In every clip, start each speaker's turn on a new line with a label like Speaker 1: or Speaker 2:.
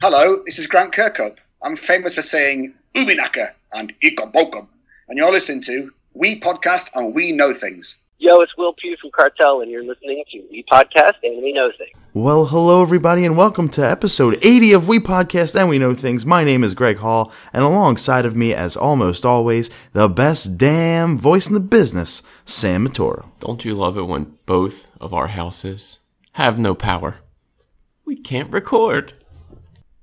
Speaker 1: Hello, this is Grant Kirkhope. I'm famous for saying Ubinaka and Ikabokum, and you're listening to We Podcast and We Know Things.
Speaker 2: Yo, it's Will Pugh from Cartel, and you're listening to We Podcast and We Know Things.
Speaker 3: Well, hello, everybody, and welcome to episode 80 of We Podcast and We Know Things. My name is Greg Hall, and alongside of me, as almost always, the best damn voice in the business, Sam Matoro.
Speaker 4: Don't you love it when both of our houses have no power? We can't record.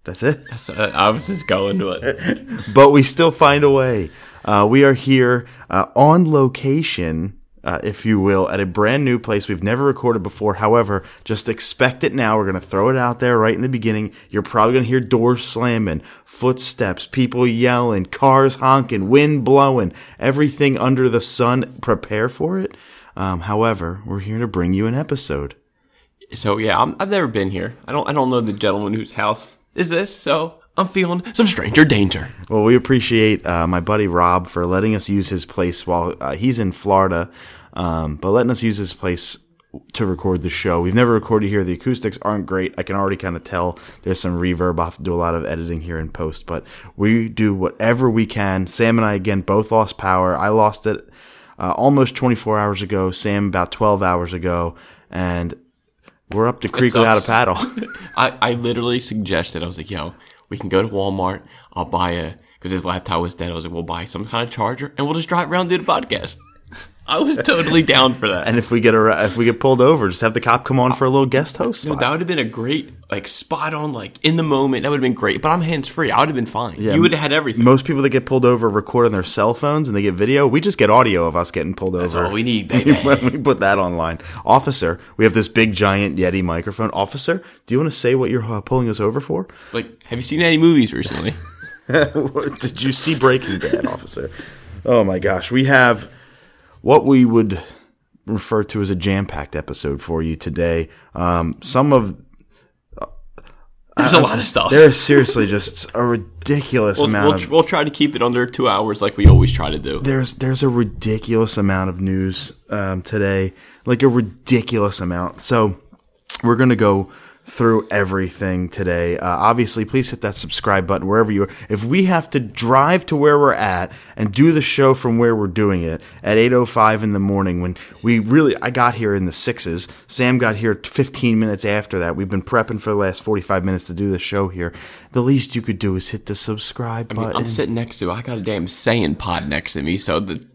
Speaker 3: That's it.
Speaker 4: So, uh, I was just going to it.
Speaker 3: but we still find a way. Uh, we are here uh, on location, uh, if you will, at a brand new place we've never recorded before. However, just expect it now. We're going to throw it out there right in the beginning. You're probably going to hear doors slamming, footsteps, people yelling, cars honking, wind blowing, everything under the sun. Prepare for it. Um, however, we're here to bring you an episode.
Speaker 4: So yeah, I'm, I've never been here. I don't. I don't know the gentleman whose house is this. So I'm feeling some stranger danger.
Speaker 3: Well, we appreciate uh, my buddy Rob for letting us use his place while uh, he's in Florida, um, but letting us use his place to record the show. We've never recorded here. The acoustics aren't great. I can already kind of tell there's some reverb. I'll have to do a lot of editing here in post, but we do whatever we can. Sam and I, again, both lost power. I lost it uh, almost 24 hours ago, Sam about 12 hours ago, and we're up to creek without a
Speaker 4: sucks.
Speaker 3: paddle.
Speaker 4: I, I literally suggested. I was like, yo, we can go to Walmart. I'll buy a because his laptop was dead. I was like, we'll buy some kind of charger and we'll just drive around and do the podcast. I was totally down for that.
Speaker 3: and if we get a, if we get pulled over, just have the cop come on for a little guest host
Speaker 4: No,
Speaker 3: spot.
Speaker 4: that would have been a great, like, spot on, like, in the moment. That would have been great. But I'm hands free. I would have been fine. you would have had everything.
Speaker 3: Most people that get pulled over record on their cell phones and they get video. We just get audio of us getting pulled over.
Speaker 4: all we need, baby.
Speaker 3: when we put that online. Officer, we have this big giant Yeti microphone. Officer, do you want to say what you're uh, pulling us over for?
Speaker 4: like, have you seen any movies recently?
Speaker 3: Did you see Breaking Bad, officer? Oh my gosh, we have what we would refer to as a jam-packed episode for you today. Um, some of
Speaker 4: There's a lot of stuff.
Speaker 3: there is seriously just a ridiculous
Speaker 4: we'll,
Speaker 3: amount
Speaker 4: we'll,
Speaker 3: of
Speaker 4: we'll try to keep it under two hours like we always try to do.
Speaker 3: there's there's a ridiculous amount of news um, today, like a ridiculous amount. So we're gonna go through everything today. Uh, obviously, please hit that subscribe button wherever you are. If we have to drive to where we're at and do the show from where we're doing it at 8:05 in the morning, when we really I got here in the sixes, Sam got here 15 minutes after that. We've been prepping for the last 45 minutes to do the show here. The least you could do is hit the subscribe button.
Speaker 4: I'm sitting next to, I got a damn saying pod next to me, so the,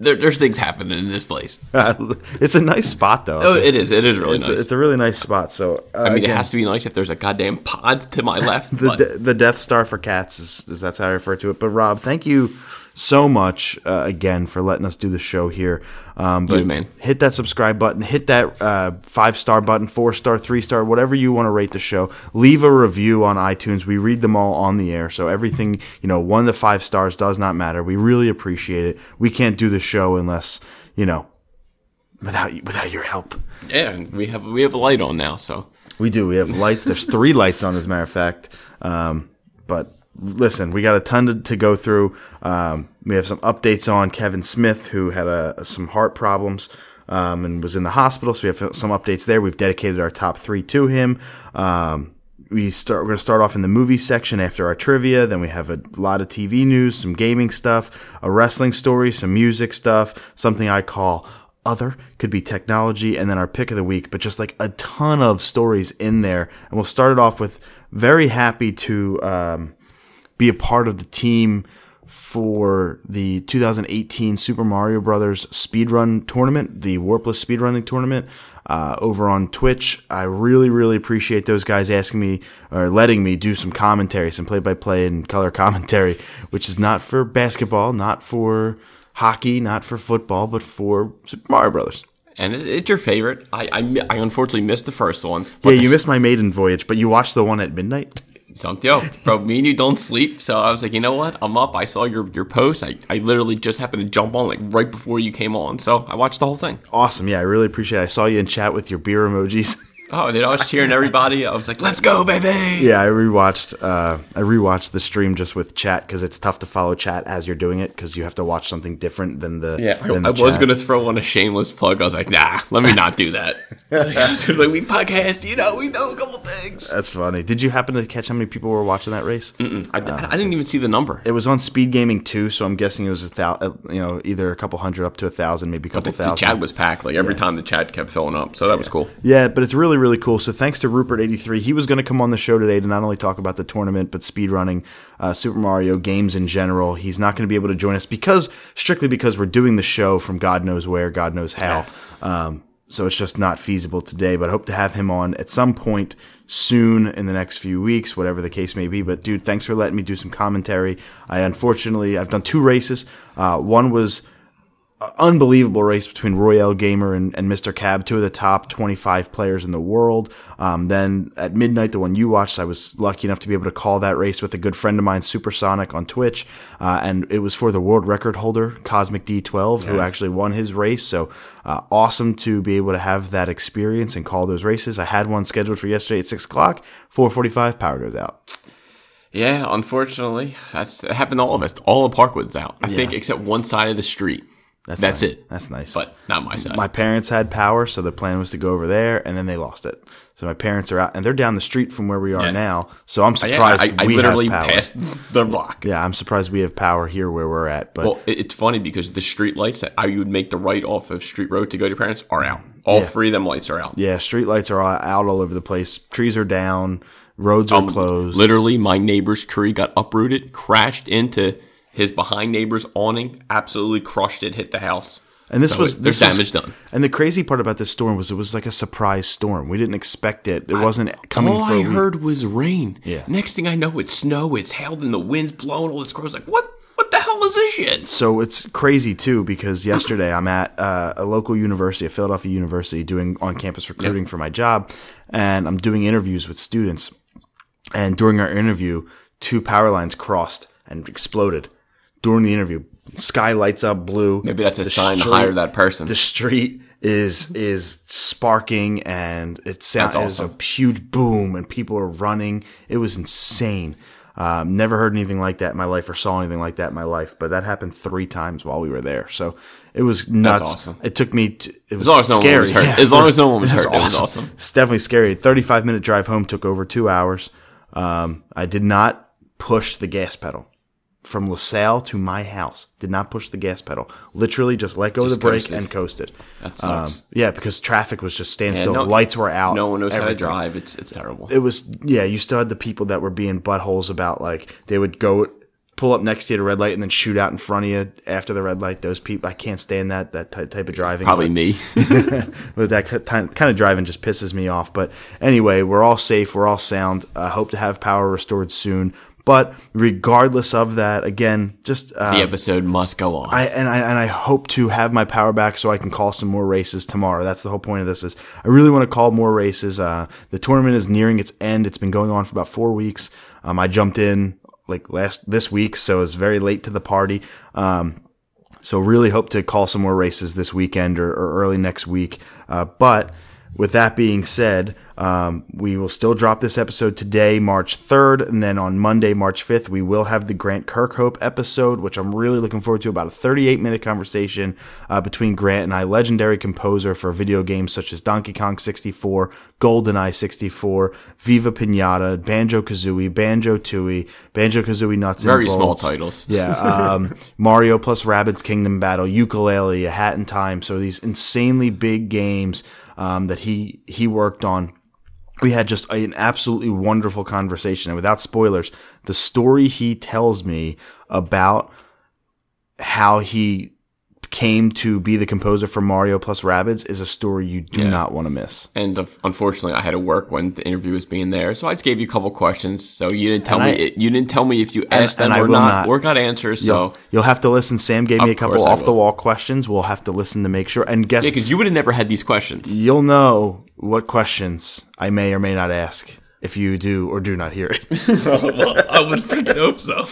Speaker 4: there, there's things happening in this place.
Speaker 3: it's a nice spot though.
Speaker 4: Oh, it is. It is really
Speaker 3: it's,
Speaker 4: nice.
Speaker 3: a, it's a really nice spot. So uh,
Speaker 4: I mean,
Speaker 3: again,
Speaker 4: it has to be nice if there's a goddamn pod to my left.
Speaker 3: the,
Speaker 4: but
Speaker 3: de- the Death Star for cats is, is that's how I refer to it. But Rob, thank you so much uh, again for letting us do the show here. Um, but
Speaker 4: the man.
Speaker 3: hit that subscribe button, hit that uh, five star button, four star, three star, whatever you want to rate the show. Leave a review on iTunes. We read them all on the air. So everything, you know, one to five stars does not matter. We really appreciate it. We can't do the show unless, you know, without without your help.
Speaker 4: Yeah, and we have we have a light on now, so
Speaker 3: We do. We have lights. There's three lights on, as a matter of fact. Um, but listen, we got a ton to, to go through. Um, we have some updates on Kevin Smith, who had uh some heart problems um, and was in the hospital. So we have some updates there. We've dedicated our top three to him. Um, we start. We're going to start off in the movie section after our trivia. Then we have a lot of TV news, some gaming stuff, a wrestling story, some music stuff, something I call other could be technology and then our pick of the week but just like a ton of stories in there and we'll start it off with very happy to um, be a part of the team for the 2018 Super Mario Brothers speedrun tournament, the Warpless speedrunning tournament uh, over on Twitch. I really, really appreciate those guys asking me or letting me do some commentary, some play by play and color commentary, which is not for basketball, not for hockey, not for football, but for Super Mario Brothers.
Speaker 4: and it, it's your favorite. I, I mi- I unfortunately missed the first one.
Speaker 3: Yeah, you missed my maiden voyage, but you watched the one at midnight.
Speaker 4: something. Yo, bro, me and you don't sleep, so I was like, you know what? I'm up. I saw your your post. I, I literally just happened to jump on like right before you came on, so I watched the whole thing.
Speaker 3: Awesome. Yeah, I really appreciate it. I saw you in chat with your beer emojis.
Speaker 4: Oh, dude, I was cheering everybody. I was like, "Let's go, baby!"
Speaker 3: Yeah, I rewatched. Uh, I rewatched the stream just with chat because it's tough to follow chat as you're doing it because you have to watch something different than the.
Speaker 4: Yeah, I,
Speaker 3: than
Speaker 4: I
Speaker 3: the
Speaker 4: was
Speaker 3: chat.
Speaker 4: gonna throw on a shameless plug. I was like, "Nah, let me not do that." Like, I was gonna be like, "We podcast, you know, we know a couple things."
Speaker 3: That's funny. Did you happen to catch how many people were watching that race?
Speaker 4: I, I didn't even see the number.
Speaker 3: It was on Speed Gaming too, so I'm guessing it was a thou- uh, you know, either a couple hundred up to a thousand, maybe a couple
Speaker 4: The, the
Speaker 3: thousand.
Speaker 4: chat was packed. Like every time the chat kept filling up, so that was cool.
Speaker 3: Yeah, but it's really, really cool. So thanks to Rupert83. He was going to come on the show today to not only talk about the tournament, but speedrunning, uh, Super Mario games in general. He's not going to be able to join us because, strictly because we're doing the show from God knows where, God knows how. Um, so it's just not feasible today, but I hope to have him on at some point soon in the next few weeks, whatever the case may be. But dude, thanks for letting me do some commentary. I unfortunately, I've done two races. Uh, one was, unbelievable race between Royale Gamer and, and Mr. Cab, two of the top 25 players in the world. Um, then at midnight, the one you watched, I was lucky enough to be able to call that race with a good friend of mine, Supersonic, on Twitch. Uh, and it was for the world record holder, Cosmic D12, who actually won his race. So uh, awesome to be able to have that experience and call those races. I had one scheduled for yesterday at 6 o'clock, 445, power goes out.
Speaker 4: Yeah, unfortunately, that's it happened to all of us. All of Parkwood's out, I think, except one side of the street. That's,
Speaker 3: nice.
Speaker 4: it.
Speaker 3: That's nice.
Speaker 4: but not my side.
Speaker 3: my parents had power, so the plan was to go over there, and then they lost it. So my parents are out, and they're down the street from where we are
Speaker 4: Yeah. Oh,
Speaker 3: now. So I'm
Speaker 4: yeah,
Speaker 3: surprised
Speaker 4: I, I
Speaker 3: we
Speaker 4: literally
Speaker 3: have power.
Speaker 4: passed the block.
Speaker 3: Yeah, I'm surprised we have power here where we're at. But
Speaker 4: Well, it- it's funny because the street lights that I would make the right off of Street Road to go to your parents are out. All three of them lights are out.
Speaker 3: yeah, streetlights are all- out all over the place. Trees are down. Roads are closed.
Speaker 4: Um, Literally, my neighbor's tree got uprooted, crashed into his behind neighbor's awning, absolutely crushed it, hit the house.
Speaker 3: And this
Speaker 4: So
Speaker 3: was
Speaker 4: it-
Speaker 3: this
Speaker 4: there's
Speaker 3: was-
Speaker 4: damage done.
Speaker 3: And the crazy part about this storm was it was like a surprise storm. We didn't expect it. It wasn't coming.
Speaker 4: All
Speaker 3: for a
Speaker 4: I
Speaker 3: week.
Speaker 4: heard was rain.
Speaker 3: Yeah.
Speaker 4: Next thing I know, it's snow, it's hail, and the wind's blowing all this crap. I was like, what? What the hell is this shit?
Speaker 3: so it's crazy too because yesterday I'm at uh, a local university, a Philadelphia university, doing on-campus recruiting for my job, and I'm doing interviews with students. And during our interview, two power lines crossed and exploded. During the interview, sky lights up blue.
Speaker 4: Maybe that's a
Speaker 3: The
Speaker 4: sign to
Speaker 3: street-
Speaker 4: hire that person.
Speaker 3: The street is is sparking and it sounds
Speaker 4: That's
Speaker 3: awesome. a huge boom and people are running. It was insane. Um, never heard anything like that in my life or saw anything like that in my life, but that happened three times while we were there. So it was nuts.
Speaker 4: awesome.
Speaker 3: It took me. To, it was
Speaker 4: As long as no one
Speaker 3: scary.
Speaker 4: was hurt.
Speaker 3: Yeah.
Speaker 4: As long as no one was
Speaker 3: That's
Speaker 4: hurt, it was awesome.
Speaker 3: It's definitely scary. Thirty-five minute drive home took over two hours. Um, I did not push the gas pedal from LaSalle to my house. Did not push the gas pedal. Literally just let go of the brake
Speaker 4: coasted.
Speaker 3: and coasted.
Speaker 4: That sucks.
Speaker 3: yeah, because traffic was just standstill.
Speaker 4: no-
Speaker 3: Lights were um, out.
Speaker 4: no one knows how to
Speaker 3: everything.
Speaker 4: drive. It's it's terrible.
Speaker 3: It was yeah. You still had the people that were being buttholes about like they would go pull up next to you at a red light and then shoot out in front of you after the red light. Those people, I can't stand that that ty- type of driving.
Speaker 4: Probably me.
Speaker 3: But that ki- ti- kind of driving just pisses me off. But anyway, we're all safe. We're all sound. I hope to have power restored soon. But regardless of that, again, just uh,
Speaker 4: the episode must go on.
Speaker 3: I and I and I hope to have my power back so I can call some more races tomorrow. That's the whole point of this is I really want to call more races. Uh, the tournament is nearing its end. It's been going on for about four weeks. Um, I jumped in like last this week, so it's very late to the party. Um, so really hope to call some more races this weekend or, or early next week. Uh, but with that being said, um, we will still drop this episode today, March 3rd, and then on Monday, March 5th, we will have the Grant Kirkhope episode, which I'm really looking forward to. About a 38 minute conversation uh, between Grant and I, legendary composer for video games such as Donkey Kong 64, GoldenEye 64, Viva Pinata, Banjo Kazooie, Banjo Tooie, Banjo Kazooie Nuts and
Speaker 4: Very small
Speaker 3: Bolts.
Speaker 4: titles.
Speaker 3: Yeah, um, Mario plus Rabbids Kingdom Battle, Ukulele, A Hat in Time. So these insanely big games um, that he he worked on. We had just an absolutely wonderful conversation, and without spoilers, the story he tells me about how he came to be the composer for Mario plus Rabbids is a story you do not want to miss.
Speaker 4: And of- unfortunately, I had to work when the interview was being there, so I just gave you a couple questions. So you didn't tell
Speaker 3: And
Speaker 4: me
Speaker 3: I-
Speaker 4: it, you didn't tell me if you asked
Speaker 3: and I
Speaker 4: them or
Speaker 3: will
Speaker 4: not,
Speaker 3: not.
Speaker 4: or got answers. So
Speaker 3: You'll have to listen. Sam gave me a
Speaker 4: Of course
Speaker 3: couple
Speaker 4: I
Speaker 3: off the
Speaker 4: will.
Speaker 3: wall questions. We'll have to listen to make sure. And guess
Speaker 4: yeah, because you would have never had these questions.
Speaker 3: You'll know what questions I may or may not ask if you do or do not hear it.
Speaker 4: I would freaking hope so.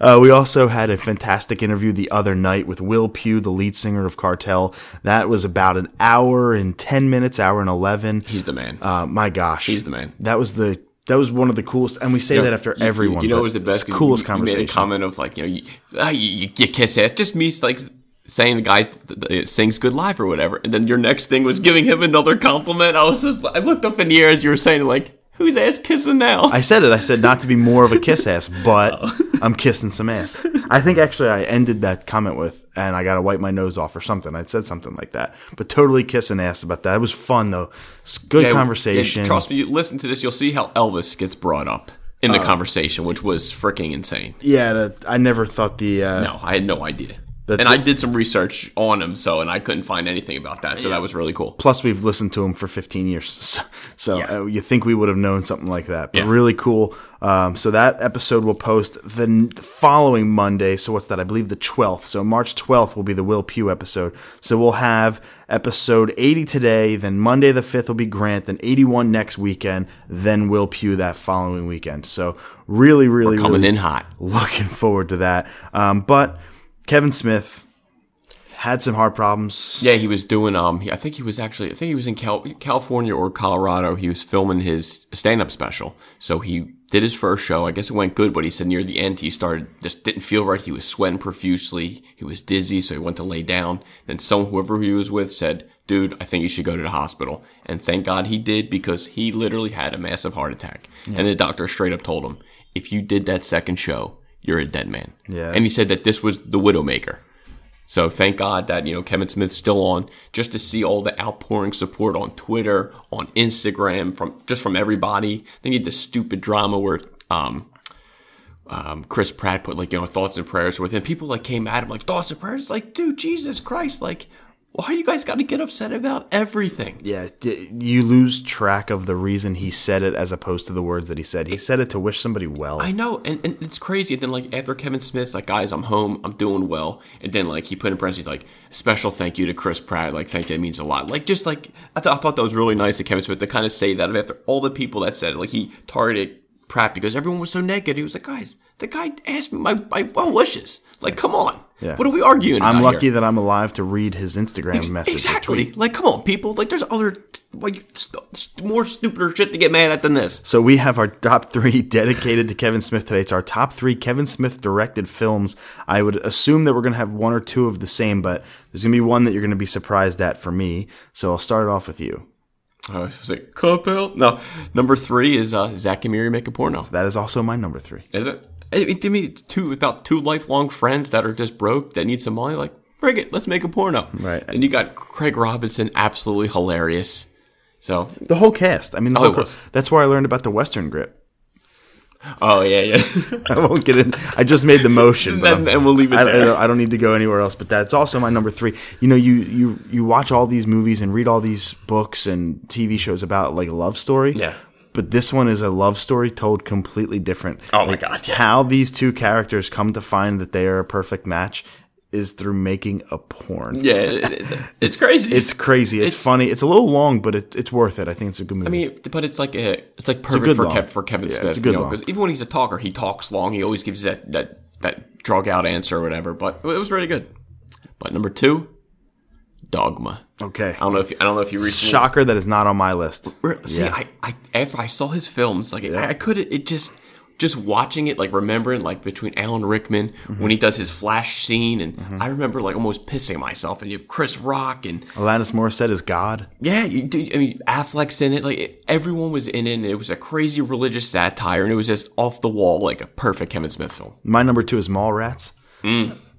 Speaker 3: Uh, we also had a fantastic interview the other night with Will Pugh, the lead singer of Cartel. That was about an hour and 10 minutes, hour and 11.
Speaker 4: He's the man.
Speaker 3: Uh, my gosh.
Speaker 4: He's the man.
Speaker 3: That was the. That was one of the coolest, and we say
Speaker 4: You know,
Speaker 3: that after
Speaker 4: you- you-
Speaker 3: everyone.
Speaker 4: You, know,
Speaker 3: but
Speaker 4: what was the
Speaker 3: it's
Speaker 4: best?
Speaker 3: the
Speaker 4: 'Cause
Speaker 3: coolest
Speaker 4: you, you
Speaker 3: conversation.
Speaker 4: made a comment of like, you know, you, ah, you, you get kiss ass. Just me like saying the guy th- th- uh, sings good live or whatever, and then your next thing was giving him another compliment. I was just, I looked up in the air as you were saying like, who's ass kissing now?
Speaker 3: I said it. I said not to be more of a kiss ass, but
Speaker 4: Oh.
Speaker 3: I'm kissing some ass. I think actually I ended that comment with, and I got to wipe my nose off or something. I said something like that, but totally kissing ass about that. It was fun though. It's good
Speaker 4: Yeah,
Speaker 3: conversation.
Speaker 4: yeah, trust me, you listen to this, you'll see how Elvis gets brought up in the conversation, which was freaking insane.
Speaker 3: Uh, Yeah, the, I never thought the uh,
Speaker 4: No, I had no idea.
Speaker 3: That-
Speaker 4: and I did some research on him, so and I couldn't find anything about that, so that was really cool.
Speaker 3: plus we've listened to him for 15 years so, so uh, you think we would have known something like that but
Speaker 4: Yeah.
Speaker 3: really cool um, so that episode will post the n- following monday so what's that i believe the 12th so march 12th will be the will pugh episode so we'll have episode 80 today then monday the 5th will be grant then 81 next weekend then will pugh that following weekend so really really
Speaker 4: Coming
Speaker 3: really
Speaker 4: in hot.
Speaker 3: looking forward to that um, but kevin smith had some heart problems
Speaker 4: Yeah, he was doing. Um, he- I think he was actually. I think he was in Cal- California or Colorado. He was filming his stand-up special, so he did his first show. I guess it went good, but he said near the end he started just didn't feel right. He was sweating profusely. He was dizzy, so he went to lay down. Then someone, whoever he was with, said, "Dude, I think you should go to the hospital." And thank God he did because he literally had a massive heart attack. And the doctor straight up told him, "If you did that second show, you're a dead man."
Speaker 3: Yeah.
Speaker 4: And he said that this was the Widowmaker. So thank God that, you know, Kevin Smith's still on just to see all the outpouring support on Twitter, on Instagram, from just from everybody. They need this stupid drama where um um, Chris Pratt put like, you know, thoughts and prayers with him. People like came at him like thoughts and prayers, like, dude, Jesus Christ, like, why you guys gotta get upset about everything?
Speaker 3: Yeah, d- you lose track of the reason he said it as opposed to the words that he said. He said it to wish somebody well.
Speaker 4: I know, and, and it's crazy. And then like after Kevin Smith's like, guys, I'm home, I'm doing well. And then like he put in parentheses like special thank you to Chris Pratt, like thank you, it means a lot. Like just like I thought, I thought that was really nice of Kevin Smith to kind of say that after all the people that said it. Like he targeted Pratt because everyone was so negative. He was like, guys, the guy asked me my my well wishes. Like come on,
Speaker 3: Yeah.
Speaker 4: what are we arguing?
Speaker 3: I'm
Speaker 4: about
Speaker 3: lucky
Speaker 4: here?
Speaker 3: that I'm alive to read his Instagram message. or tweet.
Speaker 4: Exactly. Like, come on, people. Like, there's other, like, st- st- more stupider shit to get mad at than this.
Speaker 3: So we have our top three dedicated to Kevin Smith today. It's our top three Kevin Smith directed films. I would assume that we're going to have one or two of the same, but there's going to be one that you're going to be surprised at for me. So I'll start it off with you.
Speaker 4: I was like, cop out. No, number three is uh, Zach and Miri make a porno.
Speaker 3: That is also my number three.
Speaker 4: Is it? I mean, to me, it's two about two lifelong friends that are just broke that need some money. Like, frig it, let's make a porno.
Speaker 3: Right.
Speaker 4: And you got Craig Robinson, absolutely hilarious. So,
Speaker 3: The whole cast. I mean, the
Speaker 4: Oh,
Speaker 3: whole
Speaker 4: it
Speaker 3: cast.
Speaker 4: was.
Speaker 3: That's where I learned about the Western grip.
Speaker 4: oh yeah, yeah.
Speaker 3: I won't get in. I just made the motion. but
Speaker 4: Then-
Speaker 3: I'm-
Speaker 4: then we'll leave it
Speaker 3: I, I
Speaker 4: there.
Speaker 3: don't- I don't need to go anywhere else. But that's also my number three. You know, you you you watch all these movies and read all these books and TV shows about like love story.
Speaker 4: Yeah.
Speaker 3: But this one is a love story told completely different.
Speaker 4: Oh my
Speaker 3: Like,
Speaker 4: God, yeah.
Speaker 3: How these two characters come to find that they are a perfect match is through making a porn.
Speaker 4: yeah, it- it- it's, crazy.
Speaker 3: It's crazy. It's, funny. It's a little long, but it, it's worth it. I think it's a good movie.
Speaker 4: I mean, but it's like a, it's like
Speaker 3: good
Speaker 4: perfect for,
Speaker 3: long.
Speaker 4: Kev, for Kevin
Speaker 3: Yeah,
Speaker 4: Smith.
Speaker 3: it's a good
Speaker 4: you know,
Speaker 3: long.
Speaker 4: 'cause even when he's a talker, he talks long. He always gives that that that drug out answer or whatever. But it was really good. But number two, Dogma.
Speaker 3: okay.
Speaker 4: I don't know if I don't know if you recently
Speaker 3: Shocker that is not on my list.
Speaker 4: Re- See, I, I after I saw his films, like I, I could it just just watching it, like remembering like between Alan Rickman
Speaker 3: Mm-hmm.
Speaker 4: when he does his flash scene, and I remember like almost pissing myself. And you have Chris Rock, and
Speaker 3: Alanis Morissette is God.
Speaker 4: yeah, you, dude, I mean Affleck's in it. Like it- everyone was in it, and it was a crazy religious satire, and it was just off the wall, like a perfect Kevin Smith film.
Speaker 3: My number two is Mallrats.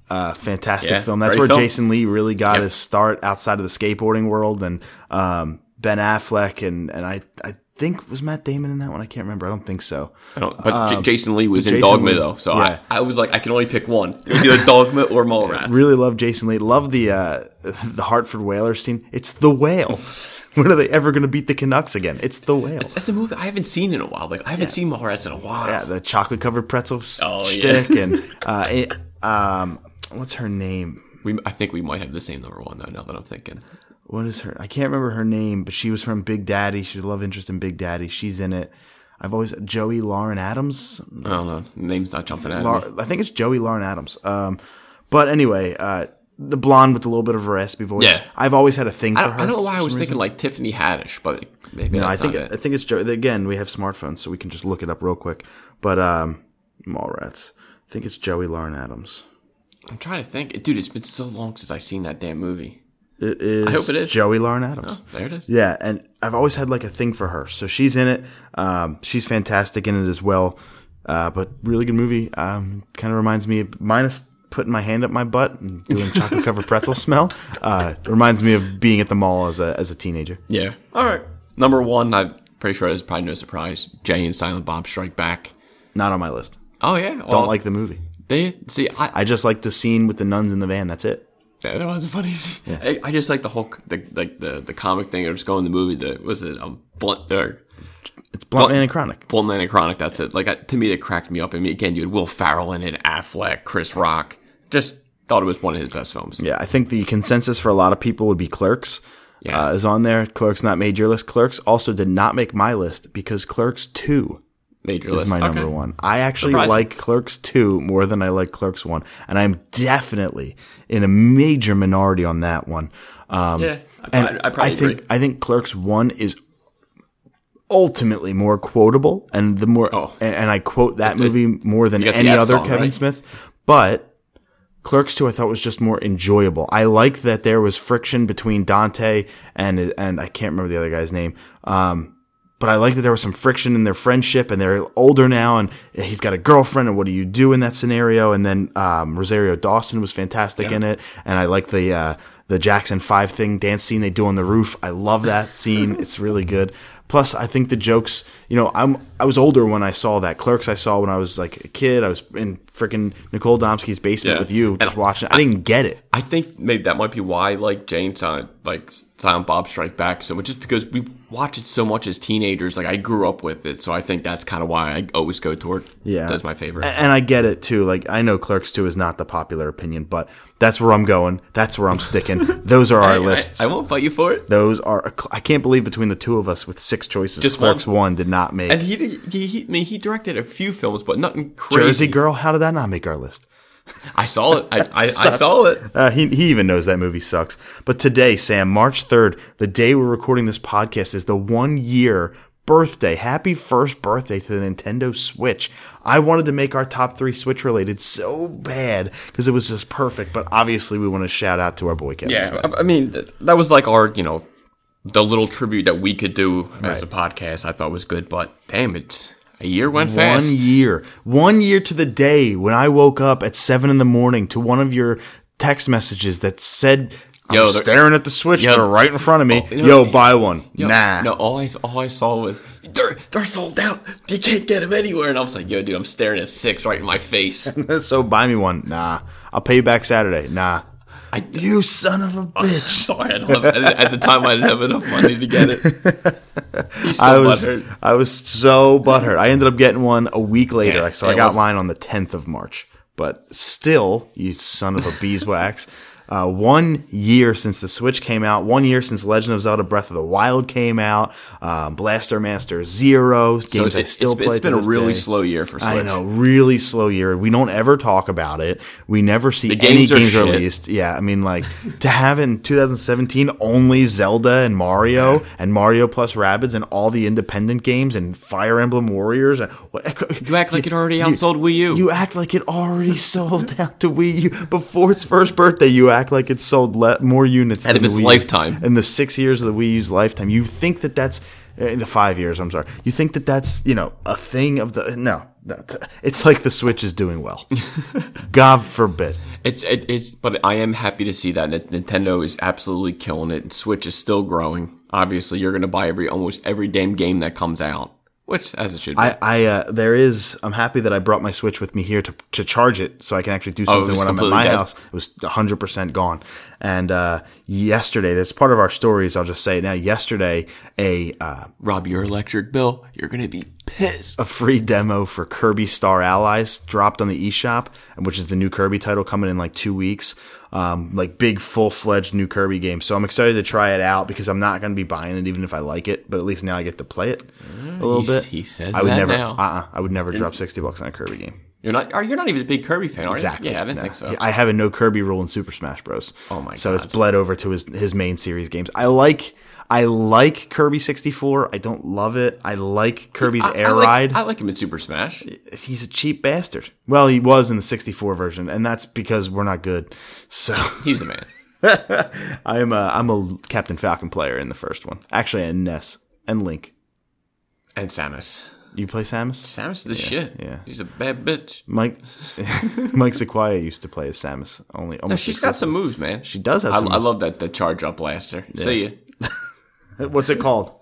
Speaker 3: Uh, fantastic
Speaker 4: Mm. Yeah,
Speaker 3: film. That's
Speaker 4: great
Speaker 3: where
Speaker 4: film.
Speaker 3: Jason Lee really got his start outside of the skateboarding world, and um, Ben Affleck and and I I think was Matt Damon in that one. I can't remember. I don't think so.
Speaker 4: I don't, but J- Jason Lee was in
Speaker 3: Um, Jason
Speaker 4: Dogma
Speaker 3: Lee-
Speaker 4: though, so
Speaker 3: yeah.
Speaker 4: I, I was like, I can only pick one. It was either Dogma or Mallrats.
Speaker 3: Really love Jason Lee. Love the uh, the Hartford Whalers scene. It's the whale. when are they ever going to beat the Canucks again? It's the whale.
Speaker 4: That's a movie I haven't seen in a while. Like I haven't seen Mallrats in a while.
Speaker 3: yeah, the chocolate covered pretzel s-
Speaker 4: Oh, yeah.
Speaker 3: stick and uh, it, um, what's her name?
Speaker 4: We, I think we might have the same number one though. Now that I'm thinking,
Speaker 3: what is her? I can't remember her name, but she was from Big Daddy. She's a love interest in Big Daddy. She's in it. I've always Joey Lauren Adams.
Speaker 4: I don't know. The name's not jumping out.
Speaker 3: Lau- I think it's Joey Lauren Adams. Um, but anyway, uh, the blonde with a little bit of a raspy voice.
Speaker 4: Yeah.
Speaker 3: I've always had a thing for
Speaker 4: I,
Speaker 3: her.
Speaker 4: don't, I don't know
Speaker 3: for
Speaker 4: why I
Speaker 3: some
Speaker 4: was
Speaker 3: reason.
Speaker 4: thinking like Tiffany Haddish, but maybe
Speaker 3: No, I
Speaker 4: that's
Speaker 3: think
Speaker 4: not it.
Speaker 3: I think it's Joe. Again, we have smartphones, so we can just look it up real quick. But um, Mallrats. I think it's Joey Lauren Adams.
Speaker 4: I'm trying to think, dude. It's been so long since I've seen that damn movie.
Speaker 3: It is.
Speaker 4: hope it is.
Speaker 3: Joey Lauren Adams.
Speaker 4: There it is.
Speaker 3: Yeah, and I've always had like a thing for her. So she's in it. Um, she's fantastic in it as well. Uh, but really good movie. Um, kind of reminds me, minus putting my hand up my butt and doing chocolate covered pretzel smell, uh, reminds me of being at the mall as a as a teenager.
Speaker 4: Yeah. All right. Number one, I'm pretty sure it's probably no surprise. Jay and Silent Bob Strike Back.
Speaker 3: Not on my list.
Speaker 4: Oh yeah.
Speaker 3: Don't like the movie.
Speaker 4: they see. I,
Speaker 3: I just like the scene with the nuns in the van. That's it.
Speaker 4: that was funny. I, I just like the whole the like the, the comic thing. Or just go in the movie. The was it um blunt or
Speaker 3: It's Blunt Man and Chronic.
Speaker 4: blunt Land and chronic. That's it. Like I, to me, that cracked me up. And me again, you had Will Farrell in it, Affleck, Chris Rock. Just thought it was one of his best films.
Speaker 3: Yeah, I think the consensus for a lot of people would be Clerks.
Speaker 4: Yeah.
Speaker 3: Uh, is on there. Clerks not made your list. Clerks also did not make my list because Clerks 2
Speaker 4: Major
Speaker 3: is
Speaker 4: list.
Speaker 3: my
Speaker 4: Okay.
Speaker 3: number one. I actually
Speaker 4: Surprising.
Speaker 3: like Clerks 2 more than I like Clerks 1. And I'm definitely in a major minority on that one. Um,
Speaker 4: Yeah. I,
Speaker 3: and
Speaker 4: I, I probably
Speaker 3: think,
Speaker 4: agree.
Speaker 3: I think Clerks 1 is ultimately more quotable. And the more,
Speaker 4: Oh.
Speaker 3: and, and I quote that movie more than
Speaker 4: got the
Speaker 3: any
Speaker 4: F
Speaker 3: other
Speaker 4: song,
Speaker 3: Kevin
Speaker 4: right?
Speaker 3: Smith. But Clerks 2 I thought was just more enjoyable. I like that there was friction between Dante and and I can't remember the other guy's name. Um but I like that there was some friction in their friendship and they're older now and he's got a girlfriend and what do you do in that scenario? And then um Rosario Dawson was fantastic in it and I like the uh the Jackson 5 thing dance scene they do on the roof. I love that scene. It's really good. Plus, I think the jokes. You know, I'm I was older when I saw that Clerks. I saw when I was like a kid. I was in freaking Nicole Domsky's basement
Speaker 4: Yeah.
Speaker 3: with you, just watching. I didn't get it.
Speaker 4: I think maybe that might be why like Jane Silent like Silent Bob Strike Back so much, just because we watch it so much as teenagers. Like I grew up with it, so I think that's kind of why I always go toward.
Speaker 3: Yeah,
Speaker 4: that's my favorite.
Speaker 3: A- And I get it too. Like I know Clerks Two is not the popular opinion, but that's where I'm going. That's where I'm sticking. Those are our lists.
Speaker 4: I, I won't fight you for it.
Speaker 3: Those are. I can't believe between the two of us with six choices,
Speaker 4: Just
Speaker 3: Clerks One did not make.
Speaker 4: And he, did- he, he, I mean, he directed a few films, but nothing crazy.
Speaker 3: Jersey Girl, how did that not make our list?
Speaker 4: I saw it. I, I, I saw it.
Speaker 3: Uh, he, he even knows that movie sucks. But today, Sam, March 3rd, the day we're recording this podcast, is the one year birthday. Happy first birthday to the Nintendo Switch. I wanted to make our top three Switch related so bad because it was just perfect. But obviously, we want to shout out to our boy, Kevin.
Speaker 4: Yeah,
Speaker 3: Smith.
Speaker 4: I, I mean, th- that was like our, you know, the little tribute that we could do as a podcast. I thought was good, but damn, it's a year went fast.
Speaker 3: One year. One year to the day when I woke up at seven in the morning to one of your text messages that said, I'm
Speaker 4: Yo, they're-
Speaker 3: staring at the Switch.
Speaker 4: Yo- Oh,
Speaker 3: they're right in front of me.
Speaker 4: you know
Speaker 3: Yo,
Speaker 4: what I-
Speaker 3: buy one.
Speaker 4: Yo,
Speaker 3: nah.
Speaker 4: No, all I, all I saw was they're they're sold out. You can't get them anywhere. And I was like, yo, dude, I'm staring at six right in my face.
Speaker 3: so buy me one. Nah. I'll pay you back Saturday. Nah.
Speaker 4: I
Speaker 3: You son of a bitch.
Speaker 4: sorry, I don't have, at the time I didn't have enough money to get it. He's so
Speaker 3: I was
Speaker 4: butthurt.
Speaker 3: I was so butthurt. I ended up getting one a week later,
Speaker 4: Yeah,
Speaker 3: so
Speaker 4: yeah,
Speaker 3: I
Speaker 4: it
Speaker 3: got
Speaker 4: was-
Speaker 3: mine on the tenth of March. But still, you son of a beeswax. Uh, one year since the Switch came out, one year since Legend of Zelda: Breath of the Wild came out, um, Blaster Master Zero
Speaker 4: So
Speaker 3: games I
Speaker 4: it-
Speaker 3: still
Speaker 4: it's,
Speaker 3: play.
Speaker 4: it's
Speaker 3: to
Speaker 4: been a
Speaker 3: this
Speaker 4: really
Speaker 3: day.
Speaker 4: slow year for Switch.
Speaker 3: I know, really slow year. We don't ever talk about it. We never see any
Speaker 4: games are
Speaker 3: games
Speaker 4: shit.
Speaker 3: released. Yeah, I mean, like to have in 2017 only Zelda and Mario and Mario plus Rabbids and all the independent games and Fire Emblem Warriors and what,
Speaker 4: You act like it already outsold Wii U.
Speaker 3: you act like it already sold out to Wii U before its first birthday. You act like it sold le- more units
Speaker 4: Out
Speaker 3: than
Speaker 4: of
Speaker 3: the
Speaker 4: its
Speaker 3: Wii U.
Speaker 4: lifetime.
Speaker 3: in the six years of the Wii U's lifetime. You think that that's eh, in the five years. I'm sorry. You think that that's you know a thing of the no. no. It's like the Switch is doing well. God forbid.
Speaker 4: It's it, it's, but I am happy to see that N- Nintendo is absolutely killing it, and Switch is still growing. Obviously, you're going to buy every almost every damn game that comes out, which as it should. be.
Speaker 3: I, I uh, there is. I'm happy that I brought my Switch with me here to to charge it, so I can actually do something
Speaker 4: Oh, was
Speaker 3: when I'm at
Speaker 4: completely
Speaker 3: my
Speaker 4: dead.
Speaker 3: house. It was 100 percent gone. And uh, yesterday, that's part of our stories. I'll just say it now. Yesterday, a uh,
Speaker 4: Rob your electric bill. You're going to be pissed.
Speaker 3: a free demo for Kirby Star Allies dropped on the eShop, which is the new Kirby title coming in like two weeks. um, like big full fledged new Kirby game. So I'm excited to try it out because I'm not going to be buying it even if I like it. But at least now I get to play it a little
Speaker 4: Mm, he,
Speaker 3: bit.
Speaker 4: he says
Speaker 3: I would
Speaker 4: that
Speaker 3: never.
Speaker 4: now.
Speaker 3: Uh-uh, I would never drop sixty bucks on a Kirby game.
Speaker 4: you're not. Are you're not even a big Kirby fan? Are
Speaker 3: Exactly.
Speaker 4: You? Yeah, I didn't
Speaker 3: No.
Speaker 4: think so.
Speaker 3: Yeah, I have a no Kirby rule in Super Smash Bros.
Speaker 4: Oh my
Speaker 3: So it's
Speaker 4: God.
Speaker 3: bled over to his his main series games. I like I like Kirby 64. I don't love it. I like Kirby's
Speaker 4: I-
Speaker 3: Air
Speaker 4: I like,
Speaker 3: Ride.
Speaker 4: I like him in Super Smash.
Speaker 3: He's a cheap bastard. Well, he was in the 64 version, and that's because we're not good. So
Speaker 4: He's the man.
Speaker 3: I'm a I'm a Captain Falcon player in the first one. Actually, and Ness and Link.
Speaker 4: And Samus.
Speaker 3: You play Samus?
Speaker 4: Samus is the shit.
Speaker 3: yeah.
Speaker 4: She's a bad bitch.
Speaker 3: Mike Mike Sequoia used to play as Samus. Only
Speaker 4: No,
Speaker 3: almost
Speaker 4: she's got some moves, man.
Speaker 3: She does have
Speaker 4: I,
Speaker 3: some
Speaker 4: I love that the charge up blaster. See ya.
Speaker 3: What's it called?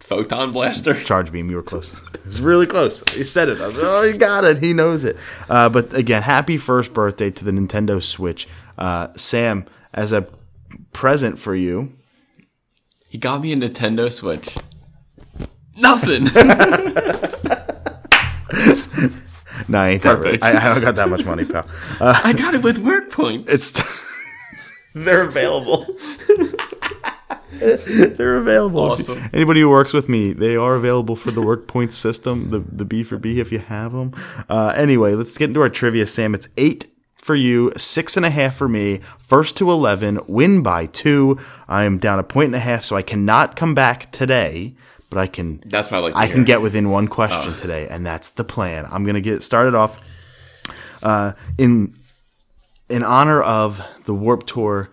Speaker 4: Photon blaster.
Speaker 3: charge beam. You were close. it's really close. He said it. I was like, oh, he got it. He knows it. Uh, but again, happy first birthday to the Nintendo Switch, uh, Sam. As a present for you,
Speaker 4: He got me a Nintendo Switch. Nothing.
Speaker 3: no, I ain't that
Speaker 4: Perfect.
Speaker 3: rich. I, I haven't got that much money, pal. Uh,
Speaker 4: I got it with work points.
Speaker 3: it's they're available. they're available.
Speaker 4: Awesome.
Speaker 3: Anybody who works with me, they are available for the work points system, the the B for B if you have them. Uh, anyway, let's get into our trivia, Sam. It's eight for you, six and a half for me. First to eleven, win by two. I am down a point and a half, so I cannot come back today. But I can.
Speaker 4: That's what I like to
Speaker 3: I can
Speaker 4: hear.
Speaker 3: get within one question today, and that's the plan. I'm gonna get started off. Uh, in in honor of the Warp Tour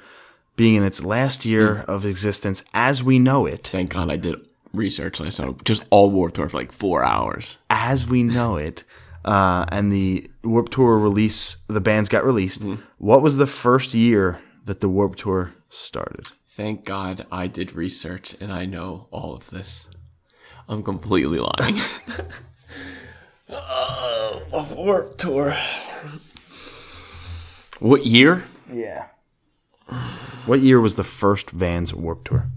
Speaker 3: being in its last year of existence as we know it,
Speaker 4: Thank God I did research last night. Just all War Tour for like four hours.
Speaker 3: as we know it, uh, and the Warp Tour release, the bands got released. What was the first year that the Warp Tour started?
Speaker 4: Thank God I did research and I know all of this. I'm completely lying. Uh, a warp tour. What year?
Speaker 3: Yeah. What year was the first Vans Warp Tour?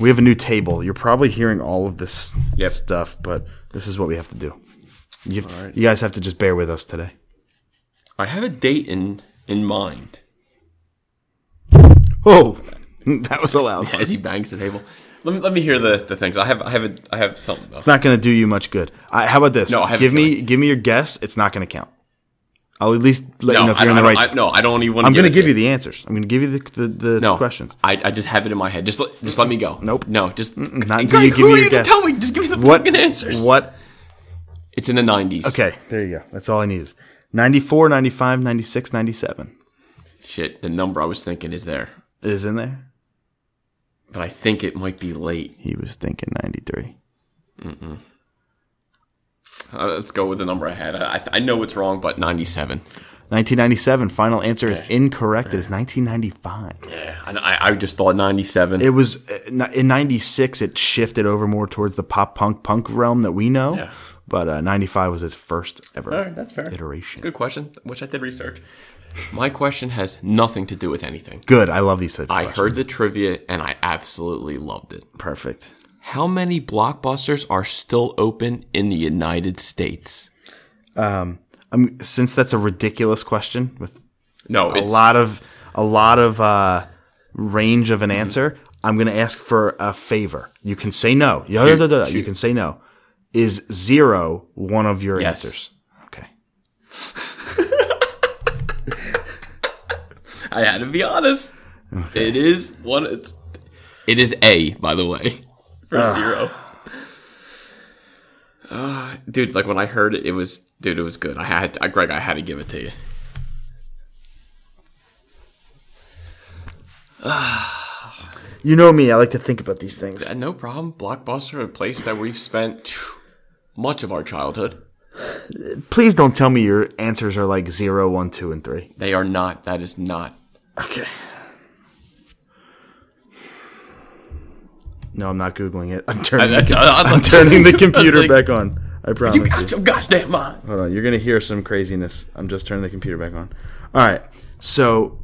Speaker 3: We have a new table. You're probably hearing all of this
Speaker 4: Yep.
Speaker 3: stuff, but this is what we have to do. You, you guys have to just bear with us today.
Speaker 4: I have a date in in mind.
Speaker 3: Oh, that was a loud one.
Speaker 4: As he bangs the table. Let me let me hear the, the things. I have I have a, I have something. Though.
Speaker 3: It's not going to do you much good. I, how about this?
Speaker 4: No, I have a
Speaker 3: give me
Speaker 4: feeling.
Speaker 3: give me your guess. It's not going to count. I'll at least let you know if
Speaker 4: I
Speaker 3: you're
Speaker 4: don't,
Speaker 3: on the
Speaker 4: I
Speaker 3: right.
Speaker 4: don't- I, no, I don't even want.
Speaker 3: I'm going to give you the answers. I'm going to give you the the, the
Speaker 4: no
Speaker 3: questions.
Speaker 4: I, I just have it in my head. Just let, just let me go.
Speaker 3: Nope.
Speaker 4: No, just
Speaker 3: Not until
Speaker 4: Greg,
Speaker 3: you give
Speaker 4: who
Speaker 3: me
Speaker 4: are
Speaker 3: your
Speaker 4: you to
Speaker 3: guess.
Speaker 4: Tell me. Just give me the
Speaker 3: What
Speaker 4: fucking answers.
Speaker 3: What?
Speaker 4: It's in the nineties.
Speaker 3: Okay, there you go. That's all I needed. 94, 95, 96, 97
Speaker 4: Shit, the number I was thinking is there,
Speaker 3: is in there.
Speaker 4: but I think it might be late.
Speaker 3: He was thinking 93.
Speaker 4: Uh, let's go with the number I had. I, I- I know it's wrong, but ninety-seven.
Speaker 3: 1997. Final answer is incorrect. It is 1995.
Speaker 4: Yeah, I- I, I just thought ninety-seven.
Speaker 3: It was uh, ni- in 96 it shifted over more towards the pop punk punk realm that we know.
Speaker 4: Yeah.
Speaker 3: But uh, 95 was its first ever
Speaker 4: All right, that's fair.
Speaker 3: iteration. Good.
Speaker 4: Good question, which I did research. My question has nothing to do with anything.
Speaker 3: I love these types of
Speaker 4: I
Speaker 3: questions.
Speaker 4: heard the trivia and I absolutely loved it.
Speaker 3: Perfect.
Speaker 4: How many blockbusters are still open in the United States?
Speaker 3: Um I'm since that's a ridiculous question with
Speaker 4: No,
Speaker 3: a lot of a lot of uh range of an answer, I'm going to ask for a favor. You can say no. Yeah, yeah, yeah, yeah, You
Speaker 4: shoot.
Speaker 3: can say no. Is 0 one of your
Speaker 4: Yes.
Speaker 3: answers? Okay.
Speaker 4: I had to be honest. It is one. It's it is a by the way for zero. Ah, dude, like when I heard it, it was dude. It was good. I had I, Greg. I had to give it to you.
Speaker 3: You know me, I like to think about these things.
Speaker 4: And Uh, no problem. Blockbuster, a place that we've spent phew, much of our childhood.
Speaker 3: Please don't tell me your answers are like zero, one, two, and 3.
Speaker 4: They are not. That is not.
Speaker 3: Okay. No, I'm not Googling it. I'm turning,
Speaker 4: That's,
Speaker 3: the,
Speaker 4: I- I'm
Speaker 3: I'm turning the computer back on. I
Speaker 4: You
Speaker 3: promise you.
Speaker 4: got your goddamn mind.
Speaker 3: Hold on, you're gonna hear some craziness. I'm just turning the computer back on. All right, so,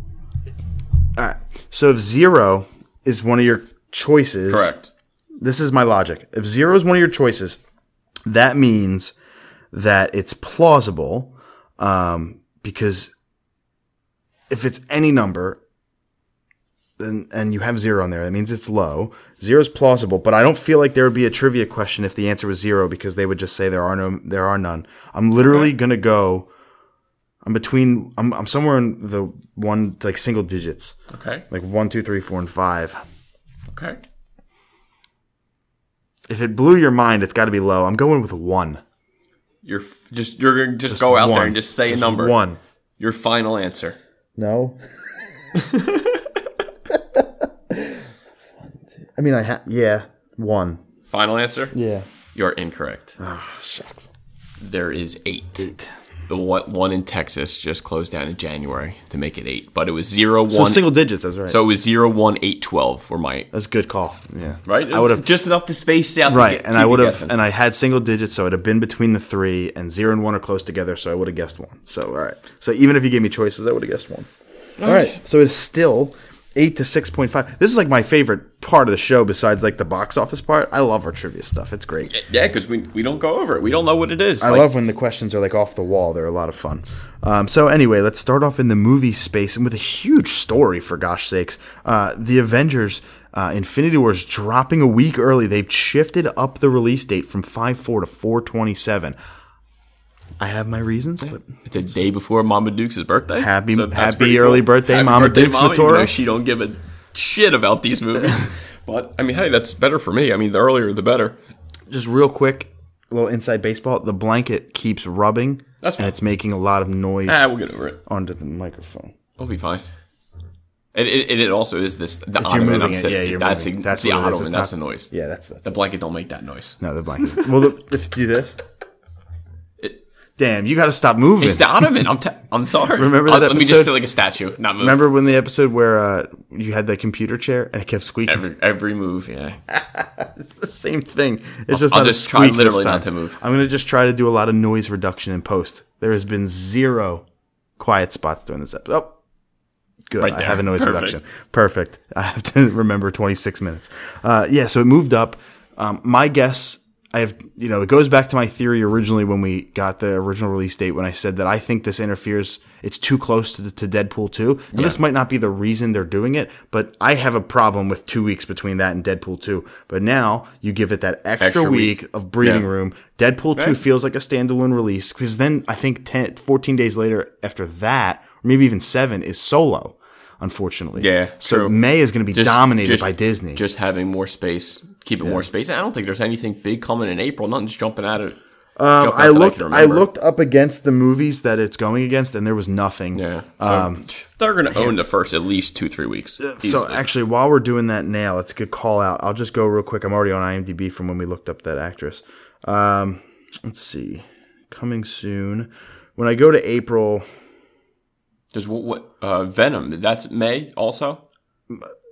Speaker 3: all right, so if zero is one of your choices,
Speaker 4: Correct.
Speaker 3: This is my logic. If zero is one of your choices, that means that it's plausible, um, because if it's any number, and and you have zero on there, that means it's low. Zero is plausible, but I don't feel like there would be a trivia question if the answer was zero because they would just say there are no there are none. I'm literally gonna go. I'm between. I'm I'm somewhere in the one like single digits,
Speaker 4: Okay.
Speaker 3: like one, two, three, four, and five.
Speaker 4: Okay.
Speaker 3: If it blew your mind, it's got to be low. I'm going with one.
Speaker 4: You're f- just you're gonna just, go out there
Speaker 3: One.
Speaker 4: and just say a number.
Speaker 3: One.
Speaker 4: Your final answer.
Speaker 3: No. I mean, I ha- yeah, one.
Speaker 4: Final answer.
Speaker 3: Yeah.
Speaker 4: You're incorrect.
Speaker 3: Shucks.
Speaker 4: There is Ah, eight. The one, one in Texas just closed down in January to make it eight, but it was zero one.
Speaker 3: So single digits. That's right.
Speaker 4: so it was zero one eight twelve. Were my
Speaker 3: that's a good call. Yeah.
Speaker 4: right?
Speaker 3: I would have
Speaker 4: just enough to space out. to
Speaker 3: right,
Speaker 4: get-
Speaker 3: and I
Speaker 4: keep you
Speaker 3: would have,
Speaker 4: guessing.
Speaker 3: and I had single digits, so it'd have been between the three, and zero and one are close together, so I would have guessed one. So all right. So even if you gave me choices, I would have guessed one. All right. So it's still eight to six point five. This is like my favorite part of the show, besides like the box office part. I love our trivia stuff. It's great.
Speaker 4: yeah, because we we don't go over it. We don't know what it is.
Speaker 3: I love when the questions are like off the wall. They're a lot of fun. Um, so anyway, let's start off in the movie space and with a huge story for gosh sakes. Uh, the Avengers: uh, Infinity War is dropping a week early. They've shifted up the release date from five four to four twenty seven. I have my reasons, but
Speaker 4: It's a day before Mama Duke's birthday.
Speaker 3: Happy-
Speaker 4: that's
Speaker 3: happy
Speaker 4: pretty
Speaker 3: early birthday,
Speaker 4: Happy
Speaker 3: Mama Dukes
Speaker 4: Mama, even
Speaker 3: Matoro.
Speaker 4: though She don't give a shit about these movies. but I mean, hey, that's better for me. I mean, the earlier the better.
Speaker 3: just real quick, a little inside baseball. The blanket keeps rubbing,
Speaker 4: That's fine.
Speaker 3: and it's making a lot of noise
Speaker 4: Ah, we'll get over it.
Speaker 3: onto the microphone.
Speaker 4: We'll be fine. And it, and it also is this the
Speaker 3: you're
Speaker 4: ottoman. I'm
Speaker 3: moving it.
Speaker 4: sitting-
Speaker 3: Yeah, you're
Speaker 4: that's
Speaker 3: moving it.
Speaker 4: the-
Speaker 3: That's
Speaker 4: the
Speaker 3: what it is.
Speaker 4: ottoman.
Speaker 3: It's
Speaker 4: that's
Speaker 3: not-
Speaker 4: the noise.
Speaker 3: Yeah, that's that's
Speaker 4: The blanket don't make that noise.
Speaker 3: no the blanket. well, the, if you do this,
Speaker 4: It-
Speaker 3: damn, you got to stop moving.
Speaker 4: It's the ottoman. I'm t- I'm sorry. Uh,
Speaker 3: Remember that
Speaker 4: Let me
Speaker 3: episode?
Speaker 4: just sit like a statue. Not move.
Speaker 3: Remember when the episode where uh, you had that computer chair and it kept squeaking?
Speaker 4: every every move. Yeah.
Speaker 3: It's the same thing. It's just
Speaker 4: I'll
Speaker 3: not a
Speaker 4: just try
Speaker 3: squeak this
Speaker 4: literally not
Speaker 3: time.
Speaker 4: to move.
Speaker 3: I'm gonna just try to do a lot of noise reduction in post. There has been zero quiet spots during this episode. Oh, good.
Speaker 4: Right
Speaker 3: I
Speaker 4: there.
Speaker 3: have a noise
Speaker 4: Perfect.
Speaker 3: reduction. Perfect. I have to remember 26 minutes. Uh, yeah, so it moved up. Um, my guess, I have, you know, it goes back to my theory originally when we got the original release date when I said that I think this interferes. It's too close to, to Deadpool 2. And this might not be the reason they're doing it, but I have a problem with two weeks between that and Deadpool 2. But now you give it that extra,
Speaker 4: Extra
Speaker 3: week,
Speaker 4: week.
Speaker 3: of breathing
Speaker 4: Yeah.
Speaker 3: room. Deadpool 2 feels like a standalone release because then I think 10, 14 days later after that, or maybe even seven, is Solo, unfortunately.
Speaker 4: Yeah,
Speaker 3: So
Speaker 4: true.
Speaker 3: May is going to be
Speaker 4: Just-
Speaker 3: dominated
Speaker 4: just-
Speaker 3: by Disney.
Speaker 4: Just having more space, keeping more space. And I don't think there's anything big coming in April. Nothing's jumping out of.
Speaker 3: um, I looked. I, looked up against the movies that it's going against, and there was nothing.
Speaker 4: Yeah. So they're going to own the first at least two three weeks.
Speaker 3: Um, So
Speaker 4: easily.
Speaker 3: actually, while we're doing that now, it's a good call out. I'll just go real quick. I'm already on IMDb from when we looked up that actress. Um, let's see, coming soon. When I go to April,
Speaker 4: there's what, what uh, Venom. That's May also.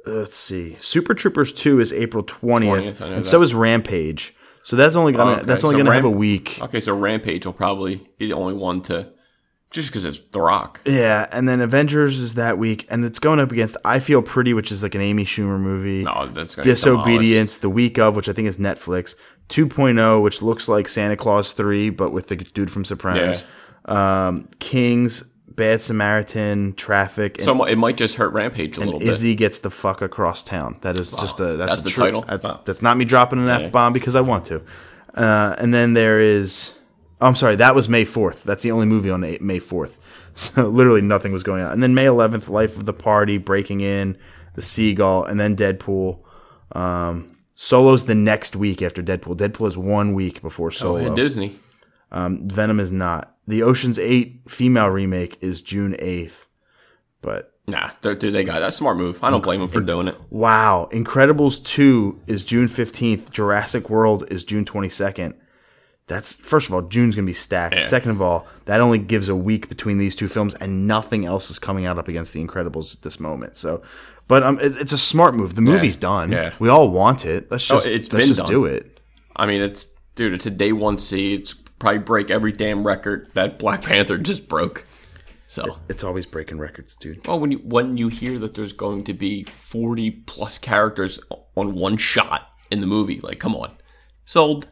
Speaker 3: let's see. Super Troopers Two is April twentieth,
Speaker 4: 20th, I know
Speaker 3: and
Speaker 4: that. Oh,
Speaker 3: so is Rampage. So that's only gonna
Speaker 4: Okay,
Speaker 3: that's only
Speaker 4: so
Speaker 3: gonna have a
Speaker 4: Ramp-
Speaker 3: week.
Speaker 4: Okay, so Rampage will probably be the only one to, just because it's The Rock.
Speaker 3: Yeah, and then Avengers is that week, and it's going up against I Feel Pretty, which is like an Amy Schumer movie.
Speaker 4: No, that's going to
Speaker 3: Disobedience, the week of, which I think is Netflix. 2.0, which looks like Santa Claus 3, but with the dude from Sopranos. Um, Kings, Bad Samaritan, Traffic, and,
Speaker 4: So it might just hurt Rampage a
Speaker 3: and
Speaker 4: little bit.
Speaker 3: Izzy gets the fuck across town. That is just a that's,
Speaker 4: That's
Speaker 3: a
Speaker 4: the
Speaker 3: true-
Speaker 4: title?
Speaker 3: That's,
Speaker 4: Wow.
Speaker 3: that's not me dropping an f bomb because I want to. Uh, and then there is, oh, I'm sorry, that was May 4th. That's the only movie on A- May 4th. So literally nothing was going on. And then May 11th, Life of the Party, Breaking In, The Seagull, and then Deadpool. Um, Solo's the next week after Deadpool. Deadpool is one week before Solo.
Speaker 4: And Oh, Disney.
Speaker 3: Um, Venom is not. The Ocean's 8 female remake is June 8th. But
Speaker 4: Nah, they're- dude, they got that smart move. I don't blame them for doing it.
Speaker 3: Wow. Incredibles 2 is June 15th. Jurassic World is June 22nd. That's, first of all, June's going to be stacked. Second of all, that only gives a week between these two films, and nothing else is coming out up against The Incredibles at this moment. So, but um, it, it's a smart move. The movie's done.
Speaker 4: Yeah. Oh,
Speaker 3: We all want it. Let's just,
Speaker 4: it's
Speaker 3: let's
Speaker 4: been
Speaker 3: just
Speaker 4: done.
Speaker 3: do it.
Speaker 4: I mean, it's dude, it's a day one seed. It's probably break every damn record that Black Panther just broke. So,
Speaker 3: It's always breaking records, dude.
Speaker 4: well, when you when you hear that there's going to be 40 plus characters on one shot in the movie, like, come on, sold.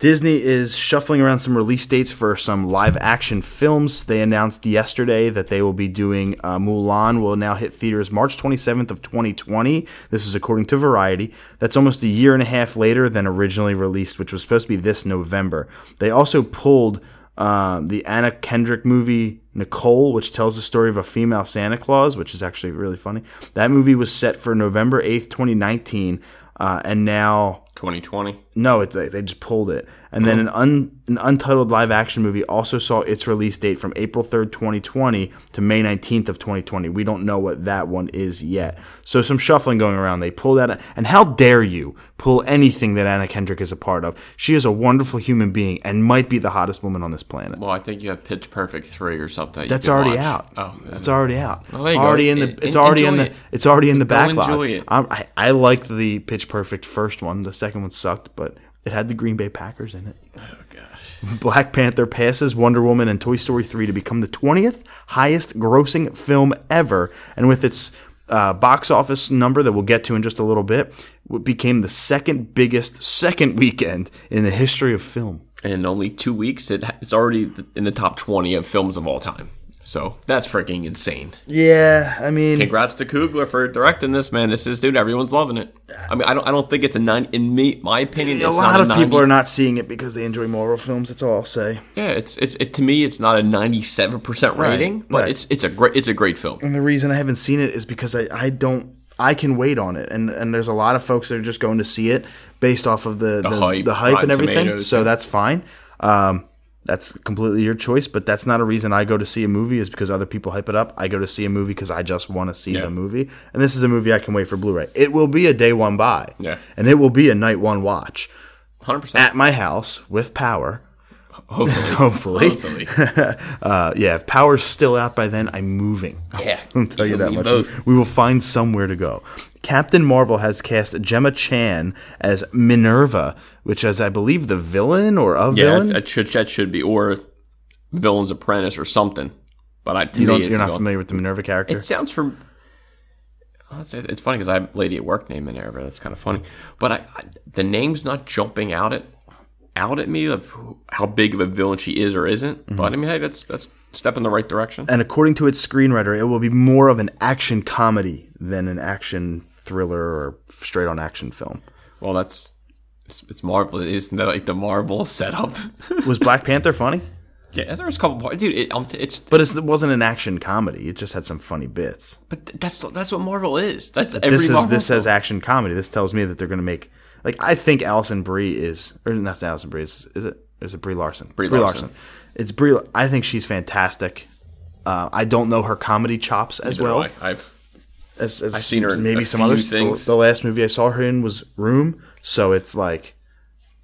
Speaker 3: Disney is shuffling around some release dates for some live action films. They announced yesterday that they will be doing uh, Mulan will now hit theaters March 27th of 2020. This is according to Variety. That's almost a year and a half later than originally released, which was supposed to be this November. They also pulled um, the Anna Kendrick movie Nicole, which tells the story of a female Santa Claus, which is actually really funny. That movie was set for November 8th, 2019, uh, and now
Speaker 4: 2020.
Speaker 3: no, it, they, they just pulled it. And then an un, an untitled live action movie also saw its release date from April 3rd, 2020 to May 19th of 2020. We don't know what that one is yet. So some shuffling going around. They pulled that. And how dare you pull anything that Anna Kendrick is a part of? She is a wonderful human being and might be the hottest woman on this planet.
Speaker 4: Well, I think you have Pitch Perfect three or something. you
Speaker 3: That's
Speaker 4: could
Speaker 3: already
Speaker 4: watch.
Speaker 3: out.
Speaker 4: Oh,
Speaker 3: that's already out.
Speaker 4: Well, there you go.
Speaker 3: already in the.
Speaker 4: En-
Speaker 3: It's already in
Speaker 4: enjoy
Speaker 3: the.
Speaker 4: it.
Speaker 3: It's already in the
Speaker 4: Go
Speaker 3: backlog.
Speaker 4: enjoy it.
Speaker 3: I'm, I I liked the Pitch Perfect first one. The second one sucked, but it had the Green Bay Packers in it.
Speaker 4: oh gosh.
Speaker 3: Black Panther passes Wonder Woman and Toy Story 3 to become the 20th highest grossing film ever. And with its uh, box office number that we'll get to in just a little bit, it became the second biggest second weekend in the history of film.
Speaker 4: In only two weeks, it, it's already th- in the top 20 of films of all time. So that's freaking insane.
Speaker 3: Yeah, I mean,
Speaker 4: Congrats to Kugler for directing this, man. This is dude. Everyone's loving it. I mean, I don't. I don't think it's a nine. In me, my opinion,
Speaker 3: a
Speaker 4: it's
Speaker 3: lot
Speaker 4: not
Speaker 3: of
Speaker 4: a
Speaker 3: people
Speaker 4: 90
Speaker 3: are not seeing it because they enjoy Marvel films. That's all I'll say.
Speaker 4: Yeah, it's it's it, to me, it's not a ninety-seven percent rating, but
Speaker 3: right.
Speaker 4: it's it's a great it's a great film.
Speaker 3: And the reason I haven't seen it is because I, I don't I can wait on it, and and there's a lot of folks that are just going to see it based off of the the, the hype,
Speaker 4: hype,
Speaker 3: and
Speaker 4: Rotten
Speaker 3: everything.
Speaker 4: Tomatoes.
Speaker 3: so that's fine. Um, that's completely your choice, but that's not a reason I go to see a movie. Is because other people hype it up. I go to see a movie because I just want to see the movie, and this is a movie I can wait for Blu-ray. It will be a day one buy,
Speaker 4: Yeah.
Speaker 3: and it will be a night one watch
Speaker 4: Hundred percent.
Speaker 3: at my house with power.
Speaker 4: Hopefully,
Speaker 3: Hopefully,
Speaker 4: hopefully.
Speaker 3: uh, yeah. If power's still out by then, I'm moving.
Speaker 4: Yeah,
Speaker 3: I'll tell you that
Speaker 4: We
Speaker 3: much.
Speaker 4: both.
Speaker 3: We will find somewhere to go. Captain Marvel has cast Gemma Chan as Minerva, which is, I believe, the villain or a
Speaker 4: yeah. uh,
Speaker 3: villain.
Speaker 4: That should that should be or Villain's Apprentice or something. But I to
Speaker 3: you
Speaker 4: me,
Speaker 3: don't,
Speaker 4: it's
Speaker 3: you're not
Speaker 4: going-
Speaker 3: familiar with the Minerva character.
Speaker 4: It sounds from. Well, It's, it's funny because I have a lady at work named Minerva. That's kind of funny, but I, I the name's not jumping out at out at me of who- how big of a villain she is or isn't.
Speaker 3: Mm-hmm.
Speaker 4: But I mean, hey, that's that's a step in the right direction.
Speaker 3: and according to its screenwriter, it will be more of an action comedy than an action thriller or straight on action film.
Speaker 4: Well, that's it's, it's Marvel, isn't that like the Marvel setup?
Speaker 3: Was Black Panther funny?
Speaker 4: yeah, there was a couple parts, dude. It, um, it's
Speaker 3: But it's, it wasn't an action comedy. It just had some funny bits.
Speaker 4: but that's that's what Marvel is. That's every
Speaker 3: this is
Speaker 4: Marvel
Speaker 3: this
Speaker 4: film.
Speaker 3: says action comedy. This tells me that they're going to make like I think Allison Brie is or not Allison Brie is is it is it Brie Larson? Brie,
Speaker 4: Larson.
Speaker 3: It's Brie. I think she's fantastic. Uh, I don't know her comedy chops as
Speaker 4: Either
Speaker 3: well
Speaker 4: way, I've
Speaker 3: as, as I've
Speaker 4: seen her in
Speaker 3: maybe
Speaker 4: a
Speaker 3: some
Speaker 4: few
Speaker 3: other
Speaker 4: things.
Speaker 3: The, the last movie I saw her in was Room, so it's like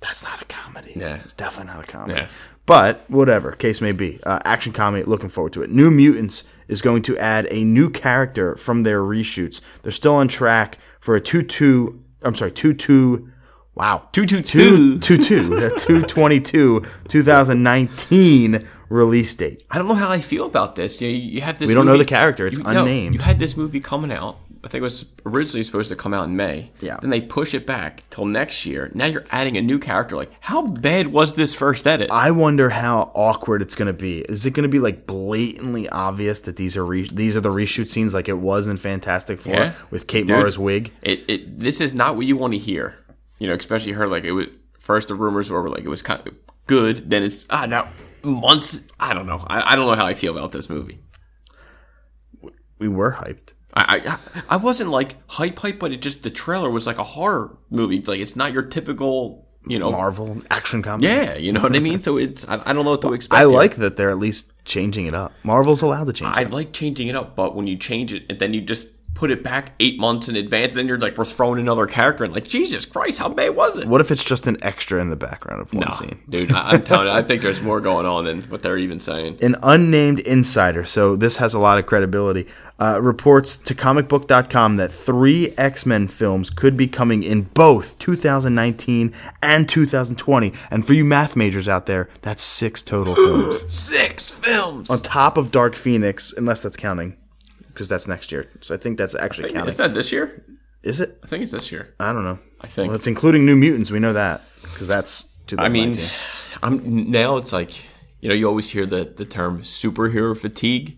Speaker 3: that's not a comedy.
Speaker 4: Yeah.
Speaker 3: it's definitely not a comedy.
Speaker 4: Yeah.
Speaker 3: But whatever case may be, uh, action comedy. Looking forward to it. New Mutants is going to add a new character from their reshoots. They're still on track for a two-two. I'm sorry, two-two. Wow,
Speaker 4: two two
Speaker 3: two
Speaker 4: two.
Speaker 3: two two two twenty-two 2019 release date.
Speaker 4: I don't know how I feel about this. You, you have this.
Speaker 3: We don't know
Speaker 4: movie-
Speaker 3: the character. It's
Speaker 4: you-
Speaker 3: unnamed.
Speaker 4: you had this movie coming out. I think it was originally supposed to come out in May.
Speaker 3: Yeah.
Speaker 4: Then they push it back till next year. Now you're adding a new character. Like, how bad was this first edit?
Speaker 3: I wonder how awkward it's going to be. Is it going to be like blatantly obvious that these are re- these are the reshoot scenes, like it was in Fantastic Four
Speaker 4: Yeah.
Speaker 3: with Kate
Speaker 4: Dude.
Speaker 3: Mara's wig?
Speaker 4: it, it this is not what you want to hear. You know, especially her like it was first the rumors were like it was kind of good. Then it's ah now months. I don't know. I, I don't know how I feel about this movie.
Speaker 3: We were hyped.
Speaker 4: I, I I wasn't like hype hype, but it just the trailer was like a horror movie. Like it's not your typical you know
Speaker 3: Marvel action comedy.
Speaker 4: yeah you know what I mean. So it's I, I don't know what to expect.
Speaker 3: I
Speaker 4: here.
Speaker 3: like that they're at least changing it up. Marvel's allowed to change.
Speaker 4: I like changing it up, but when you change it and then you just put it back eight months in advance, then you're like we're throwing another character in. Like Jesus Christ, how bad was it?
Speaker 3: what if it's just an extra in the background of one
Speaker 4: Nah,
Speaker 3: scene?
Speaker 4: dude. I, I'm telling you, I think there's more going on than what they're even saying.
Speaker 3: an unnamed insider, so this has a lot of credibility, uh, reports to comicbook.com that three X Men films could be coming in both 2019 and 2020. And for you math majors out there, that's six total films.
Speaker 4: Six films.
Speaker 3: On top of Dark Phoenix, unless that's counting, because that's next year. So I think that's actually
Speaker 4: Is
Speaker 3: counting.
Speaker 4: that this year?
Speaker 3: Is it?
Speaker 4: I think it's this year.
Speaker 3: I don't know.
Speaker 4: I think.
Speaker 3: Well, it's including New Mutants. We know that because that's
Speaker 4: I mean,
Speaker 3: 2019.
Speaker 4: I'm now it's like you know you always hear the the term superhero fatigue.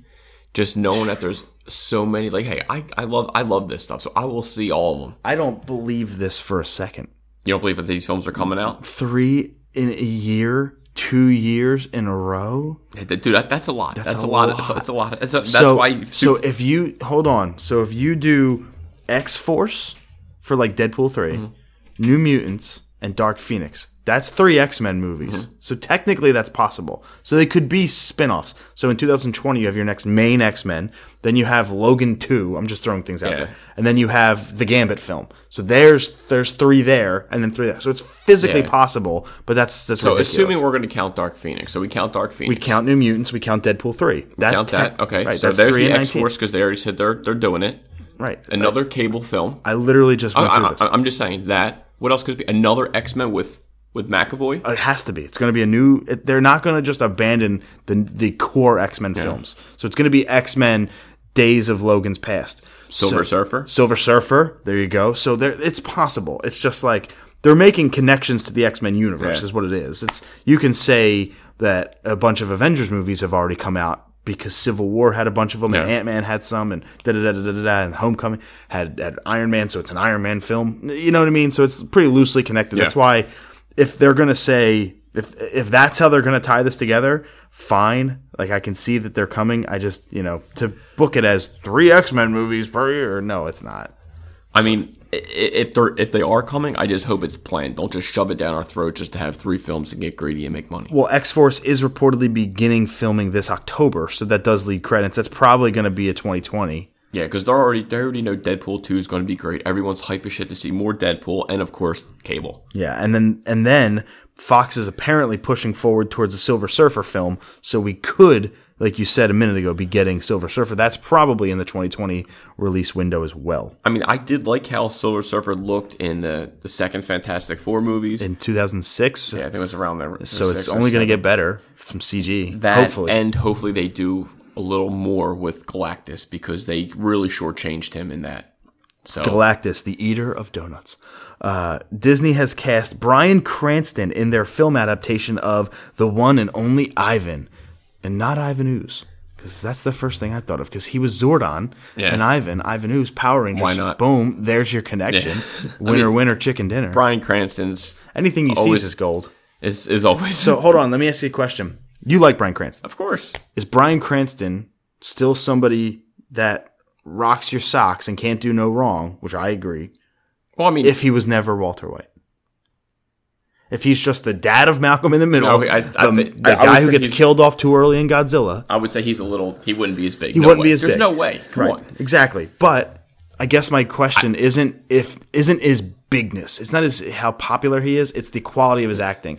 Speaker 4: Just knowing that there's so many, like, hey, I, I love I love this stuff, so I will see all of them.
Speaker 3: I don't believe this for a second.
Speaker 4: You don't believe that these films are coming out,
Speaker 3: Three in a year, two years in a row.
Speaker 4: Yeah, dude? That, that's a lot. That's,
Speaker 3: a
Speaker 4: a lot. It's,
Speaker 3: lot.
Speaker 4: it's a lot. It's a, that's
Speaker 3: so,
Speaker 4: why.
Speaker 3: so if you hold on, so if you do X Force for like Deadpool 3
Speaker 4: Mm-hmm.
Speaker 3: New Mutants, and Dark Phoenix, that's three X Men movies.
Speaker 4: Mm-hmm.
Speaker 3: So technically, that's possible. So they could be spin offs. So in 2020, you have your next main X Men. Then you have Logan 2. I'm just throwing things out
Speaker 4: Yeah.
Speaker 3: there, and then you have the Gambit film. So there's there's three there, and then three there. So it's physically
Speaker 4: Yeah.
Speaker 3: possible, but that's that's
Speaker 4: so
Speaker 3: ridiculous.
Speaker 4: assuming we're going to count Dark Phoenix, so we count Dark Phoenix.
Speaker 3: we count New Mutants, we count Deadpool three. That's
Speaker 4: count
Speaker 3: tech-
Speaker 4: that. Okay,
Speaker 3: right?
Speaker 4: so
Speaker 3: that's
Speaker 4: there's
Speaker 3: three
Speaker 4: the
Speaker 3: and
Speaker 4: X
Speaker 3: 19.
Speaker 4: Force because they already said they're they're doing it.
Speaker 3: Right. It's like-
Speaker 4: Another Cable film.
Speaker 3: I literally just went through
Speaker 4: I,
Speaker 3: this.
Speaker 4: I, I'm just saying that. What else could it be? Another X Men with with McAvoy.
Speaker 3: it has to be. It's going to be a new. It, they're not going to just abandon the the core X Men films. So it's going to be X Men Days of Logan's Past, So-
Speaker 4: Silver Surfer.
Speaker 3: Silver Surfer. There you go. So there, it's possible. It's just like they're making connections to the X Men universe.
Speaker 4: Yeah.
Speaker 3: Is what it is. It's you can say that a bunch of Avengers movies have already come out. Because Civil War had a bunch of them, and
Speaker 4: Yeah.
Speaker 3: Ant Man had some, and da da da da da da, and Homecoming had, had Iron Man, so it's an Iron Man film. You know what I mean? So it's pretty loosely connected. That's
Speaker 4: Yeah.
Speaker 3: why if they're gonna say if if that's how they're gonna tie this together, fine. Like I can see that they're coming. I just you know to book it as three X Men movies per year. No, it's not.
Speaker 4: I mean, i- i- if they're if they are coming, I just hope it's planned. Don't just shove it down our throat just to have three films and get greedy and make money.
Speaker 3: Well, X Force is reportedly beginning filming this October, so that does lead credits. That's probably gonna be a 2020.
Speaker 4: Yeah, because they're already they already know Deadpool two is going to be great. Everyone's hype as shit to see more Deadpool and of course Cable.
Speaker 3: Yeah, and then and then Fox is apparently pushing forward towards a Silver Surfer film, so we could, like you said a minute ago, be getting Silver Surfer. That's probably in the 2020 release window as well.
Speaker 4: I mean, I did like how Silver Surfer looked in the the second Fantastic Four movies.
Speaker 3: In 2006,
Speaker 4: yeah, I think it was around there.
Speaker 3: So it's only going to get better from CG.
Speaker 4: that,
Speaker 3: hopefully.
Speaker 4: and hopefully they do a little more with Galactus because they really shortchanged him in that. So
Speaker 3: Galactus, the eater of donuts. Uh, Disney has cast Brian Cranston in their film adaptation of The One and Only Ivan, and not Ivan Ooze. Because that's the first thing I thought of. Because he was Zordon
Speaker 4: Yeah.
Speaker 3: and Ivan, Ivan Ooze, Power Rangers.
Speaker 4: Why not?
Speaker 3: Boom, there's your connection. Winner, winner, chicken dinner.
Speaker 4: Brian Cranston's
Speaker 3: Anything he
Speaker 4: Always-
Speaker 3: sees is gold.
Speaker 4: is is always
Speaker 3: So hold on, let me ask you a question. You like Brian Cranston?
Speaker 4: Of course.
Speaker 3: is Brian Cranston still somebody that rocks your socks and can't do no wrong, which I agree,
Speaker 4: Well, I mean,
Speaker 3: if he was never Walter White? If he's just the dad of Malcolm in the Middle,
Speaker 4: No, I- I
Speaker 3: the,
Speaker 4: thi-
Speaker 3: the
Speaker 4: I would
Speaker 3: guy who
Speaker 4: say
Speaker 3: gets
Speaker 4: he's-
Speaker 3: killed off too early in Godzilla.
Speaker 4: I would say he's a little. He wouldn't be as big.
Speaker 3: He
Speaker 4: no
Speaker 3: wouldn't
Speaker 4: way.
Speaker 3: be as
Speaker 4: There's
Speaker 3: big.
Speaker 4: no way. Come
Speaker 3: Right.
Speaker 4: on.
Speaker 3: Exactly. But I guess my question isn't if isn't his bigness. It's not his how popular he is, it's the quality of his acting.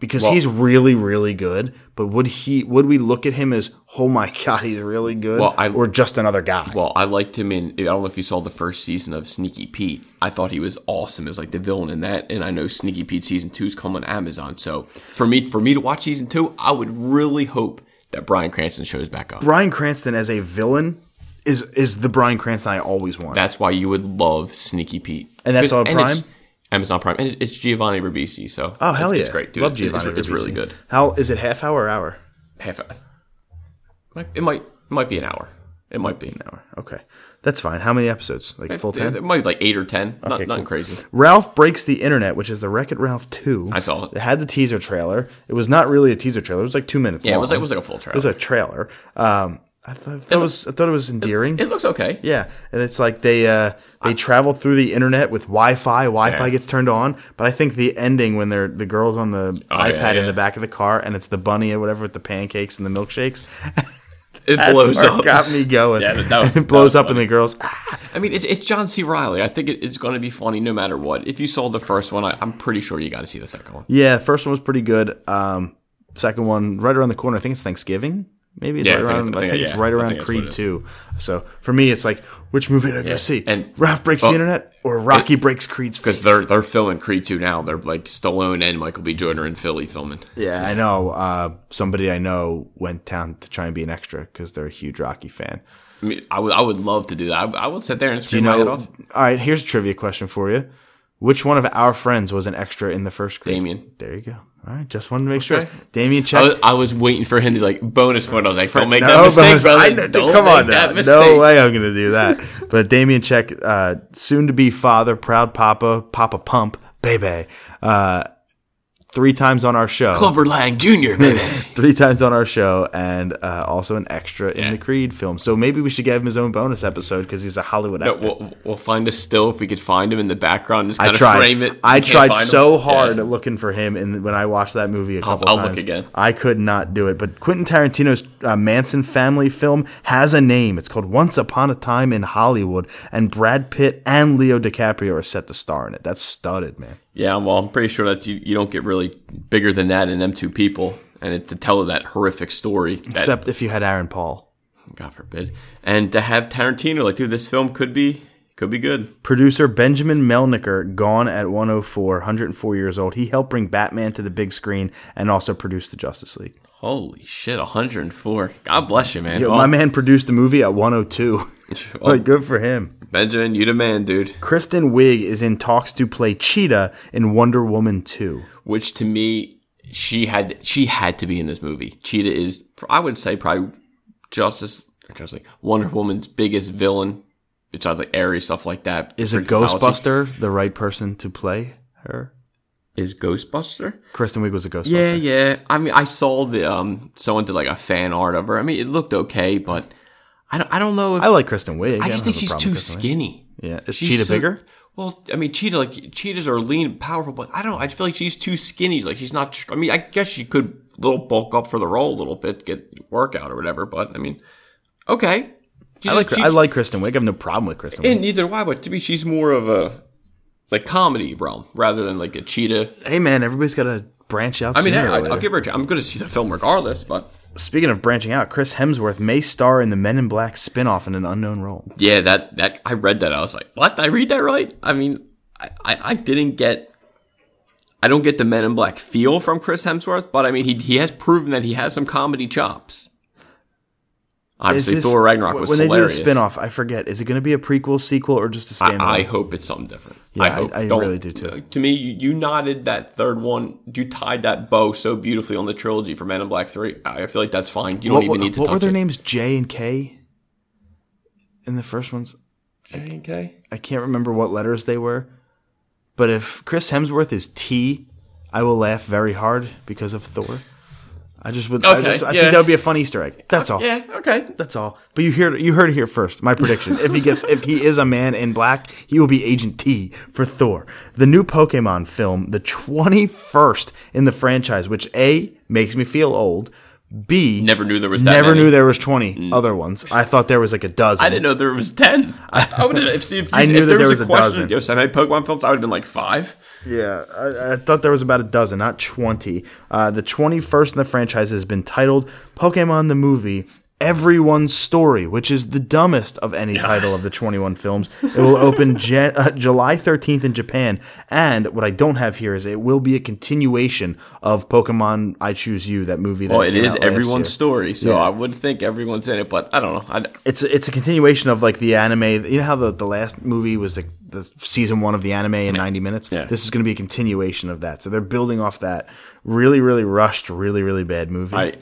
Speaker 3: Because he's really, really good, but would he would we look at him as, oh my god, he's really good?
Speaker 4: Well, I-
Speaker 3: or just another guy.
Speaker 4: Well, I liked him in. I don't know if you saw the first season of Sneaky Pete. I thought he was awesome as like the villain in that. And I know Sneaky Pete season two is coming on Amazon. So for me, for me to watch season two, I would really hope that Brian Cranston shows back up.
Speaker 3: Brian Cranston as a villain is is the Brian Cranston I always want.
Speaker 4: That's why you would love Sneaky Pete.
Speaker 3: And that's on
Speaker 4: 'Cause- it's
Speaker 3: Prime?
Speaker 4: Amazon Prime, and it- it's Giovanni Ribisi. So
Speaker 3: oh hell
Speaker 4: it's,
Speaker 3: yeah,
Speaker 4: it's great, dude.
Speaker 3: Love
Speaker 4: It's-
Speaker 3: Giovanni.
Speaker 4: it's, it's really
Speaker 3: Ribisi.
Speaker 4: good.
Speaker 3: How is it? Half hour, or hour?
Speaker 4: Half, might- it might it might be an hour. It might be.
Speaker 3: Hour. Okay, that's fine. How many episodes? Like full
Speaker 4: Yeah,
Speaker 3: ten.
Speaker 4: It might be like eight or ten. not, Nothing crazy.
Speaker 3: Ralph breaks the internet, which is the Wreck It Ralph two.
Speaker 4: I saw it.
Speaker 3: It had the teaser trailer. It was not really a teaser trailer. It was like two minutes.
Speaker 4: Yeah, it
Speaker 3: long.
Speaker 4: was like- it was like a full trailer.
Speaker 3: It was a trailer. Um, I thought, I thought it was I thought it was endearing.
Speaker 4: It looks okay.
Speaker 3: Yeah, and it's like they uh, they travel through the internet with Wi-Fi. Wi-Fi
Speaker 4: Yeah.
Speaker 3: gets turned on, but I think the ending when they're the girls on the
Speaker 4: Oh, yeah,
Speaker 3: iPad in
Speaker 4: yeah.
Speaker 3: the back of the car, and it's the bunny or whatever with the pancakes and the milkshakes.
Speaker 4: It
Speaker 3: that
Speaker 4: blows
Speaker 3: part
Speaker 4: up.
Speaker 3: Got me going.
Speaker 4: Yeah, that- that was-
Speaker 3: it
Speaker 4: that
Speaker 3: blows
Speaker 4: was
Speaker 3: up, and the girls. "Ah."
Speaker 4: I mean, it's, it's John C. Riley. I think it, it's going to be funny no matter what. If you saw the first one, I, I'm pretty sure you got to see the second one.
Speaker 3: Yeah, first one was pretty good. Um, second one right around the corner. I think it's Thanksgiving. Maybe it's
Speaker 4: Yeah, I
Speaker 3: right around.
Speaker 4: think
Speaker 3: I
Speaker 4: it's- I
Speaker 3: think,
Speaker 4: think-
Speaker 3: it's
Speaker 4: yeah,
Speaker 3: right
Speaker 4: I
Speaker 3: around
Speaker 4: think that's what
Speaker 3: Creed
Speaker 4: it is.
Speaker 3: Two. So for me, it's like which movie do I go see?
Speaker 4: and-
Speaker 3: Ralph breaks
Speaker 4: well,
Speaker 3: the internet or Rocky breaks Creed's
Speaker 4: Because
Speaker 3: face?
Speaker 4: they're they're filming Creed two now. They're like Stallone and Michael B. Jordan in Philly filming.
Speaker 3: Yeah, I know. Uh, somebody I know went down to try and be an extra because they're a huge Rocky fan.
Speaker 4: I mean, I would I would love to do that. I, I would sit there and
Speaker 3: You
Speaker 4: scream my
Speaker 3: know,
Speaker 4: head off.
Speaker 3: all right. Here's a trivia question for you: Which one of our friends was an extra in the first group?
Speaker 4: Damien.
Speaker 3: There you go. All right, just wanted to make
Speaker 4: Okay.
Speaker 3: sure. Damien
Speaker 4: I
Speaker 3: check.
Speaker 4: was, I was waiting for him to like bonus one. I was like, don't make
Speaker 3: No,
Speaker 4: that mistake,
Speaker 3: bonus-
Speaker 4: brother.
Speaker 3: I know-
Speaker 4: don't
Speaker 3: come
Speaker 4: make
Speaker 3: on,
Speaker 4: that
Speaker 3: now.
Speaker 4: mistake.
Speaker 3: no way I'm going to do that. but Damien Check, uh, soon to be father, proud papa, papa pump, baby, uh, three times on our show,
Speaker 4: Clubber Lang Jr. baby.
Speaker 3: three times on our show, and uh, also an extra in
Speaker 4: Yeah.
Speaker 3: the Creed film. So maybe we should give him his own bonus episode because he's a Hollywood
Speaker 4: No,
Speaker 3: actor.
Speaker 4: we'll, we'll find a still if we could find him in the background. Just
Speaker 3: I
Speaker 4: kind
Speaker 3: tried.
Speaker 4: of frame it.
Speaker 3: I
Speaker 4: You can't
Speaker 3: tried
Speaker 4: find him.
Speaker 3: so hard
Speaker 4: Yeah.
Speaker 3: looking for him, and when I watched that movie a couple
Speaker 4: I'll look
Speaker 3: times,
Speaker 4: again.
Speaker 3: I could not do it. But Quentin Tarantino's uh, Manson family film has a name. It's called Once Upon a Time in Hollywood, and Brad Pitt and Leo DiCaprio are set to star in it. That's studded, man.
Speaker 4: Yeah, well, I'm pretty sure that's you. You don't get really bigger than that in them two people, and it, to tell that horrific story. That,
Speaker 3: Except if you had Aaron Paul.
Speaker 4: God forbid. And to have Tarantino, like, dude, this film could be could be good.
Speaker 3: Producer Benjamin Melnicker, gone at 104, 104 years old. He helped bring Batman to the big screen and also produced the Justice League.
Speaker 4: Holy shit, 104. God bless you, man. Oh,
Speaker 3: Yo,
Speaker 4: Well,
Speaker 3: my man produced a movie at 102.
Speaker 4: well,
Speaker 3: like, good for him.
Speaker 4: Benjamin, you the man, dude.
Speaker 3: Kristen Wiig is in talks to play Cheetah in Wonder Woman 2.
Speaker 4: Which to me, she had she had to be in this movie. Cheetah is, I would say, probably Justice, Justice League, Wonder Woman's biggest villain. It's either airy stuff like that.
Speaker 3: Is a
Speaker 4: Pretty solid.
Speaker 3: Ghostbuster the right person to play her?
Speaker 4: Is Ghostbuster?
Speaker 3: Kristen Wiig was a Ghostbuster.
Speaker 4: Yeah, yeah. I mean, I saw the um someone did like a fan art of her. I mean, it looked okay, but I don't, I don't know if
Speaker 3: I like Kristen Wiig.
Speaker 4: I
Speaker 3: don't
Speaker 4: just think
Speaker 3: have a
Speaker 4: she's
Speaker 3: problem
Speaker 4: too
Speaker 3: with Kristen Wiig.
Speaker 4: skinny.
Speaker 3: Yeah, is
Speaker 4: She's
Speaker 3: Cheetah
Speaker 4: so-
Speaker 3: bigger?
Speaker 4: Well, I mean, cheetah like cheetahs are lean, powerful, but I don't. know. I feel like she's too skinny. Like she's not. I mean, I guess she could little bulk up for the role a little bit, get workout or whatever. But I mean, okay. She's,
Speaker 3: I like
Speaker 4: she-
Speaker 3: I like Kristen Wiig. I have no problem with Kristen. Wiig.
Speaker 4: And neither do I. But to me, she's more of a like comedy realm rather than like a cheetah.
Speaker 3: Hey man, everybody's got to branch out.
Speaker 4: I mean,
Speaker 3: sooner
Speaker 4: hey,
Speaker 3: or
Speaker 4: I,
Speaker 3: later.
Speaker 4: I'll give her. a chance. I'm going to see the film regardless, but.
Speaker 3: Speaking of branching out, Chris Hemsworth may star in the Men in Black spin-off in an unknown role.
Speaker 4: Yeah, that that I read that. I was like, what? Did I read that right? I mean, I, I, I didn't get. I don't get the Men in Black feel from Chris Hemsworth, but I mean, he he has proven that he has some comedy chops.
Speaker 3: Is
Speaker 4: Obviously,
Speaker 3: this-
Speaker 4: Thor Ragnarok
Speaker 3: when
Speaker 4: was
Speaker 3: when
Speaker 4: hilarious.
Speaker 3: they do the spin-off, I forget. Is it going to be a prequel, sequel, or just a standalone?
Speaker 4: I, I hope it's something different.
Speaker 3: Yeah,
Speaker 4: I, hope.
Speaker 3: I- I
Speaker 4: Don't-
Speaker 3: really do, too.
Speaker 4: To me, you, you knotted that third one. You tied that bow so beautifully on the trilogy for Men in Black Three. I feel like that's fine. You don't
Speaker 3: what
Speaker 4: even
Speaker 3: were-
Speaker 4: need to
Speaker 3: what
Speaker 4: touch
Speaker 3: were their
Speaker 4: it.
Speaker 3: names? J and K. In the first ones,
Speaker 4: Okay.
Speaker 3: I can't remember what letters they were, but if Chris Hemsworth is T, I will laugh very hard because of Thor. I just would. I,
Speaker 4: Okay,
Speaker 3: just, I
Speaker 4: yeah.
Speaker 3: think that would be a fun Easter egg. That's all.
Speaker 4: Yeah. Okay.
Speaker 3: That's all. But you heard you heard it here first. My prediction: if he gets, if he is a man in black, he will be Agent T for Thor. The new Pokemon film, the twenty first in the franchise, which a makes me feel old. B
Speaker 4: Never knew there was that
Speaker 3: never
Speaker 4: many. Mm.
Speaker 3: knew there was twenty other ones. I thought there was like a dozen.
Speaker 4: I didn't know there was ten. I, I would have if, if,
Speaker 3: I
Speaker 4: if
Speaker 3: knew that
Speaker 4: there
Speaker 3: there
Speaker 4: was,
Speaker 3: was a
Speaker 4: a question.
Speaker 3: dozen.
Speaker 4: Yo, so many Pokemon films. I would have been like five.
Speaker 3: Yeah, I, I thought there was about a dozen, not 20. Uh, the 21st in the franchise has been titled Pokemon the Movie Everyone's Story, which is the dumbest of any title of the 21 films. It will open Jan- uh, July 13th in Japan. And what I don't have here is it will be a continuation of Pokemon I Choose You, that movie. That
Speaker 4: Well, it
Speaker 3: came
Speaker 4: is
Speaker 3: out last
Speaker 4: everyone's
Speaker 3: year.
Speaker 4: story, so
Speaker 3: Yeah.
Speaker 4: I would think everyone's in it. But I don't know. I,
Speaker 3: It's a, it's a continuation of like the anime. You know how the, the last movie was like the season one of the anime in 90 minutes?
Speaker 4: Yeah.
Speaker 3: This is going to be a continuation of that. So they're building off that really, really rushed, really, really bad movie.
Speaker 4: I-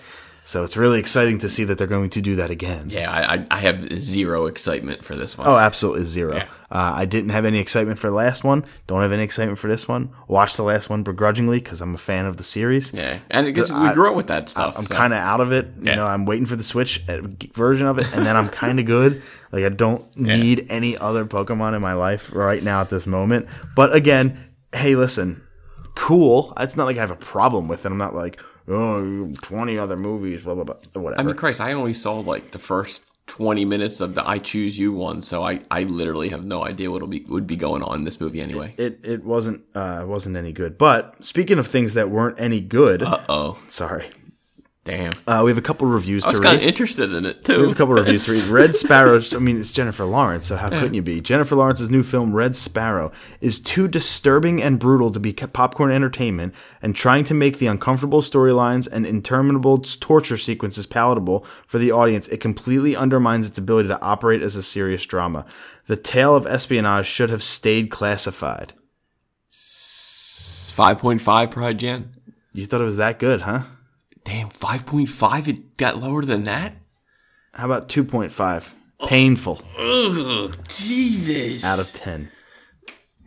Speaker 3: So it's really exciting to see that they're going to do that again.
Speaker 4: yeah, I, I- I have zero excitement for this one.
Speaker 3: Oh, absolutely zero. Uh, I didn't have any excitement for the last one. Don't have any excitement for this one. Watched the last one begrudgingly because I'm a fan of the series.
Speaker 4: yeah, and it gets, we grew up with that stuff.
Speaker 3: I'm
Speaker 4: so.
Speaker 3: kind of out of it. You
Speaker 4: Yeah.
Speaker 3: know, I'm waiting for the Switch uh, version of it, and then I'm kind of good. Like I don't need any other Pokemon in my life right now at this moment. But again, hey, listen, cool. It's not like I have a problem with it. I'm not like oh, 20 other movies, blah blah blah, whatever.
Speaker 4: I mean, Christ, I only saw like the first twenty minutes of the "I Choose You" one, so I, I literally have no idea what will be would be going on in this movie anyway.
Speaker 3: it it wasn't uh, wasn't any good. But speaking of things that weren't any good,
Speaker 4: Uh oh,
Speaker 3: sorry,
Speaker 4: damn!
Speaker 3: uh, we have a couple reviews
Speaker 4: I was
Speaker 3: to
Speaker 4: kind
Speaker 3: read.
Speaker 4: of interested in it too.
Speaker 3: We have a couple reviews to read. Red Sparrow's. I mean, it's Jennifer Lawrence, so how couldn't you be? Jennifer Lawrence's new film, Red Sparrow, is too disturbing and brutal to be ca- popcorn entertainment, and trying to make the uncomfortable storylines and interminable s- torture sequences palatable for the audience, it completely undermines its ability to operate as a serious drama. The tale of espionage should have stayed classified.
Speaker 4: five point five Pride Jan.
Speaker 3: You thought it was that good, huh?
Speaker 4: Damn, five point five. It got lower than that.
Speaker 3: How about 2.5?
Speaker 4: Oh.
Speaker 3: Painful.
Speaker 4: Ugh, Jesus.
Speaker 3: Out of 10.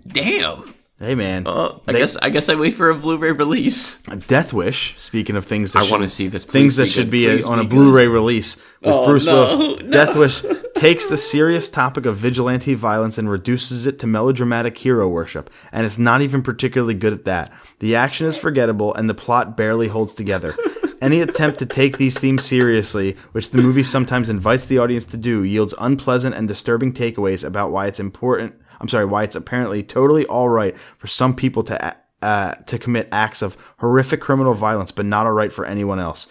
Speaker 4: Damn.
Speaker 3: Hey, man.
Speaker 4: Uh, I
Speaker 3: They-
Speaker 4: guess I guess I wait for a Blu-ray release.
Speaker 3: Death Wish, speaking of things that
Speaker 4: I
Speaker 3: should-
Speaker 4: wanna see this. Please
Speaker 3: Things that
Speaker 4: be
Speaker 3: should
Speaker 4: good.
Speaker 3: be a-
Speaker 4: Please
Speaker 3: on a
Speaker 4: be good.
Speaker 3: Blu ray release with
Speaker 4: Oh,
Speaker 3: Bruce
Speaker 4: no,
Speaker 3: Willis.
Speaker 4: no.
Speaker 3: Death Wish takes the serious topic of vigilante violence and reduces it to melodramatic hero worship, and it's not even particularly good at that. The action is forgettable, and the plot barely holds together. Any attempt to take these themes seriously, which the movie sometimes invites the audience to do, yields unpleasant and disturbing takeaways about why it's important. I'm sorry, why it's apparently totally all right for some people to a- uh, to commit acts of horrific criminal violence, but not all right for anyone else.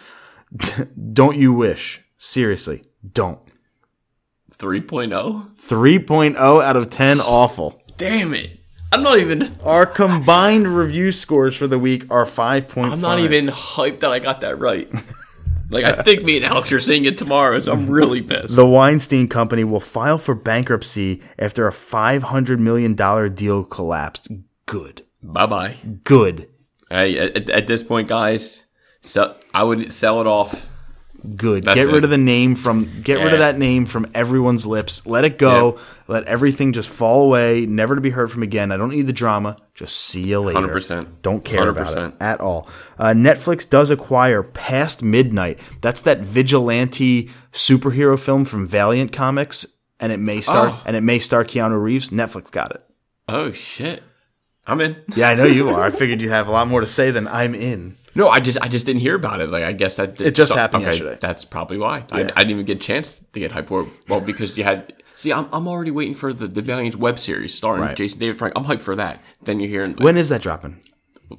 Speaker 3: don't you wish? Seriously, don't.
Speaker 4: 3.0?
Speaker 3: 3.0 out of 10 awful.
Speaker 4: oh? Damn it. I'm not even
Speaker 3: Our combined review scores for the week are 5.5.
Speaker 4: I'm not even hyped that I got that right. like I think me and Alex are seeing it tomorrow, so I'm really pissed.
Speaker 3: The Weinstein Company will file for bankruptcy after a $500 million deal collapsed. Good.
Speaker 4: Bye bye.
Speaker 3: Good.
Speaker 4: Hey, at, at this point, guys, so I would sell it off.
Speaker 3: Good.
Speaker 4: That's
Speaker 3: get rid
Speaker 4: it.
Speaker 3: of the name from get rid of
Speaker 4: Yeah.
Speaker 3: that name from everyone's lips. Let it go. Let everything just fall away, never to be heard from again. I don't need the drama. Just see you later.
Speaker 4: 100%.
Speaker 3: Don't care about it
Speaker 4: 100%.
Speaker 3: at all. Uh, Netflix does acquire Past Midnight. That's that vigilante superhero film from Valiant Comics, and it may start and it may star Keanu Reeves. Netflix got it.
Speaker 4: Oh shit, I'm in.
Speaker 3: Yeah, I know you are. I figured you'd have a lot more to say than I'm in.
Speaker 4: No, I just I just didn't hear about it. Like I guess that
Speaker 3: It just happened yesterday.
Speaker 4: That's probably why I, I didn't even get a chance to get hyped for. it. Well, because you had see, I'm, I'm already waiting for the the Valiant web series starring
Speaker 3: Right.
Speaker 4: Jason David Frank. I'm hyped for that. Then you're hearing like,
Speaker 3: When is that dropping?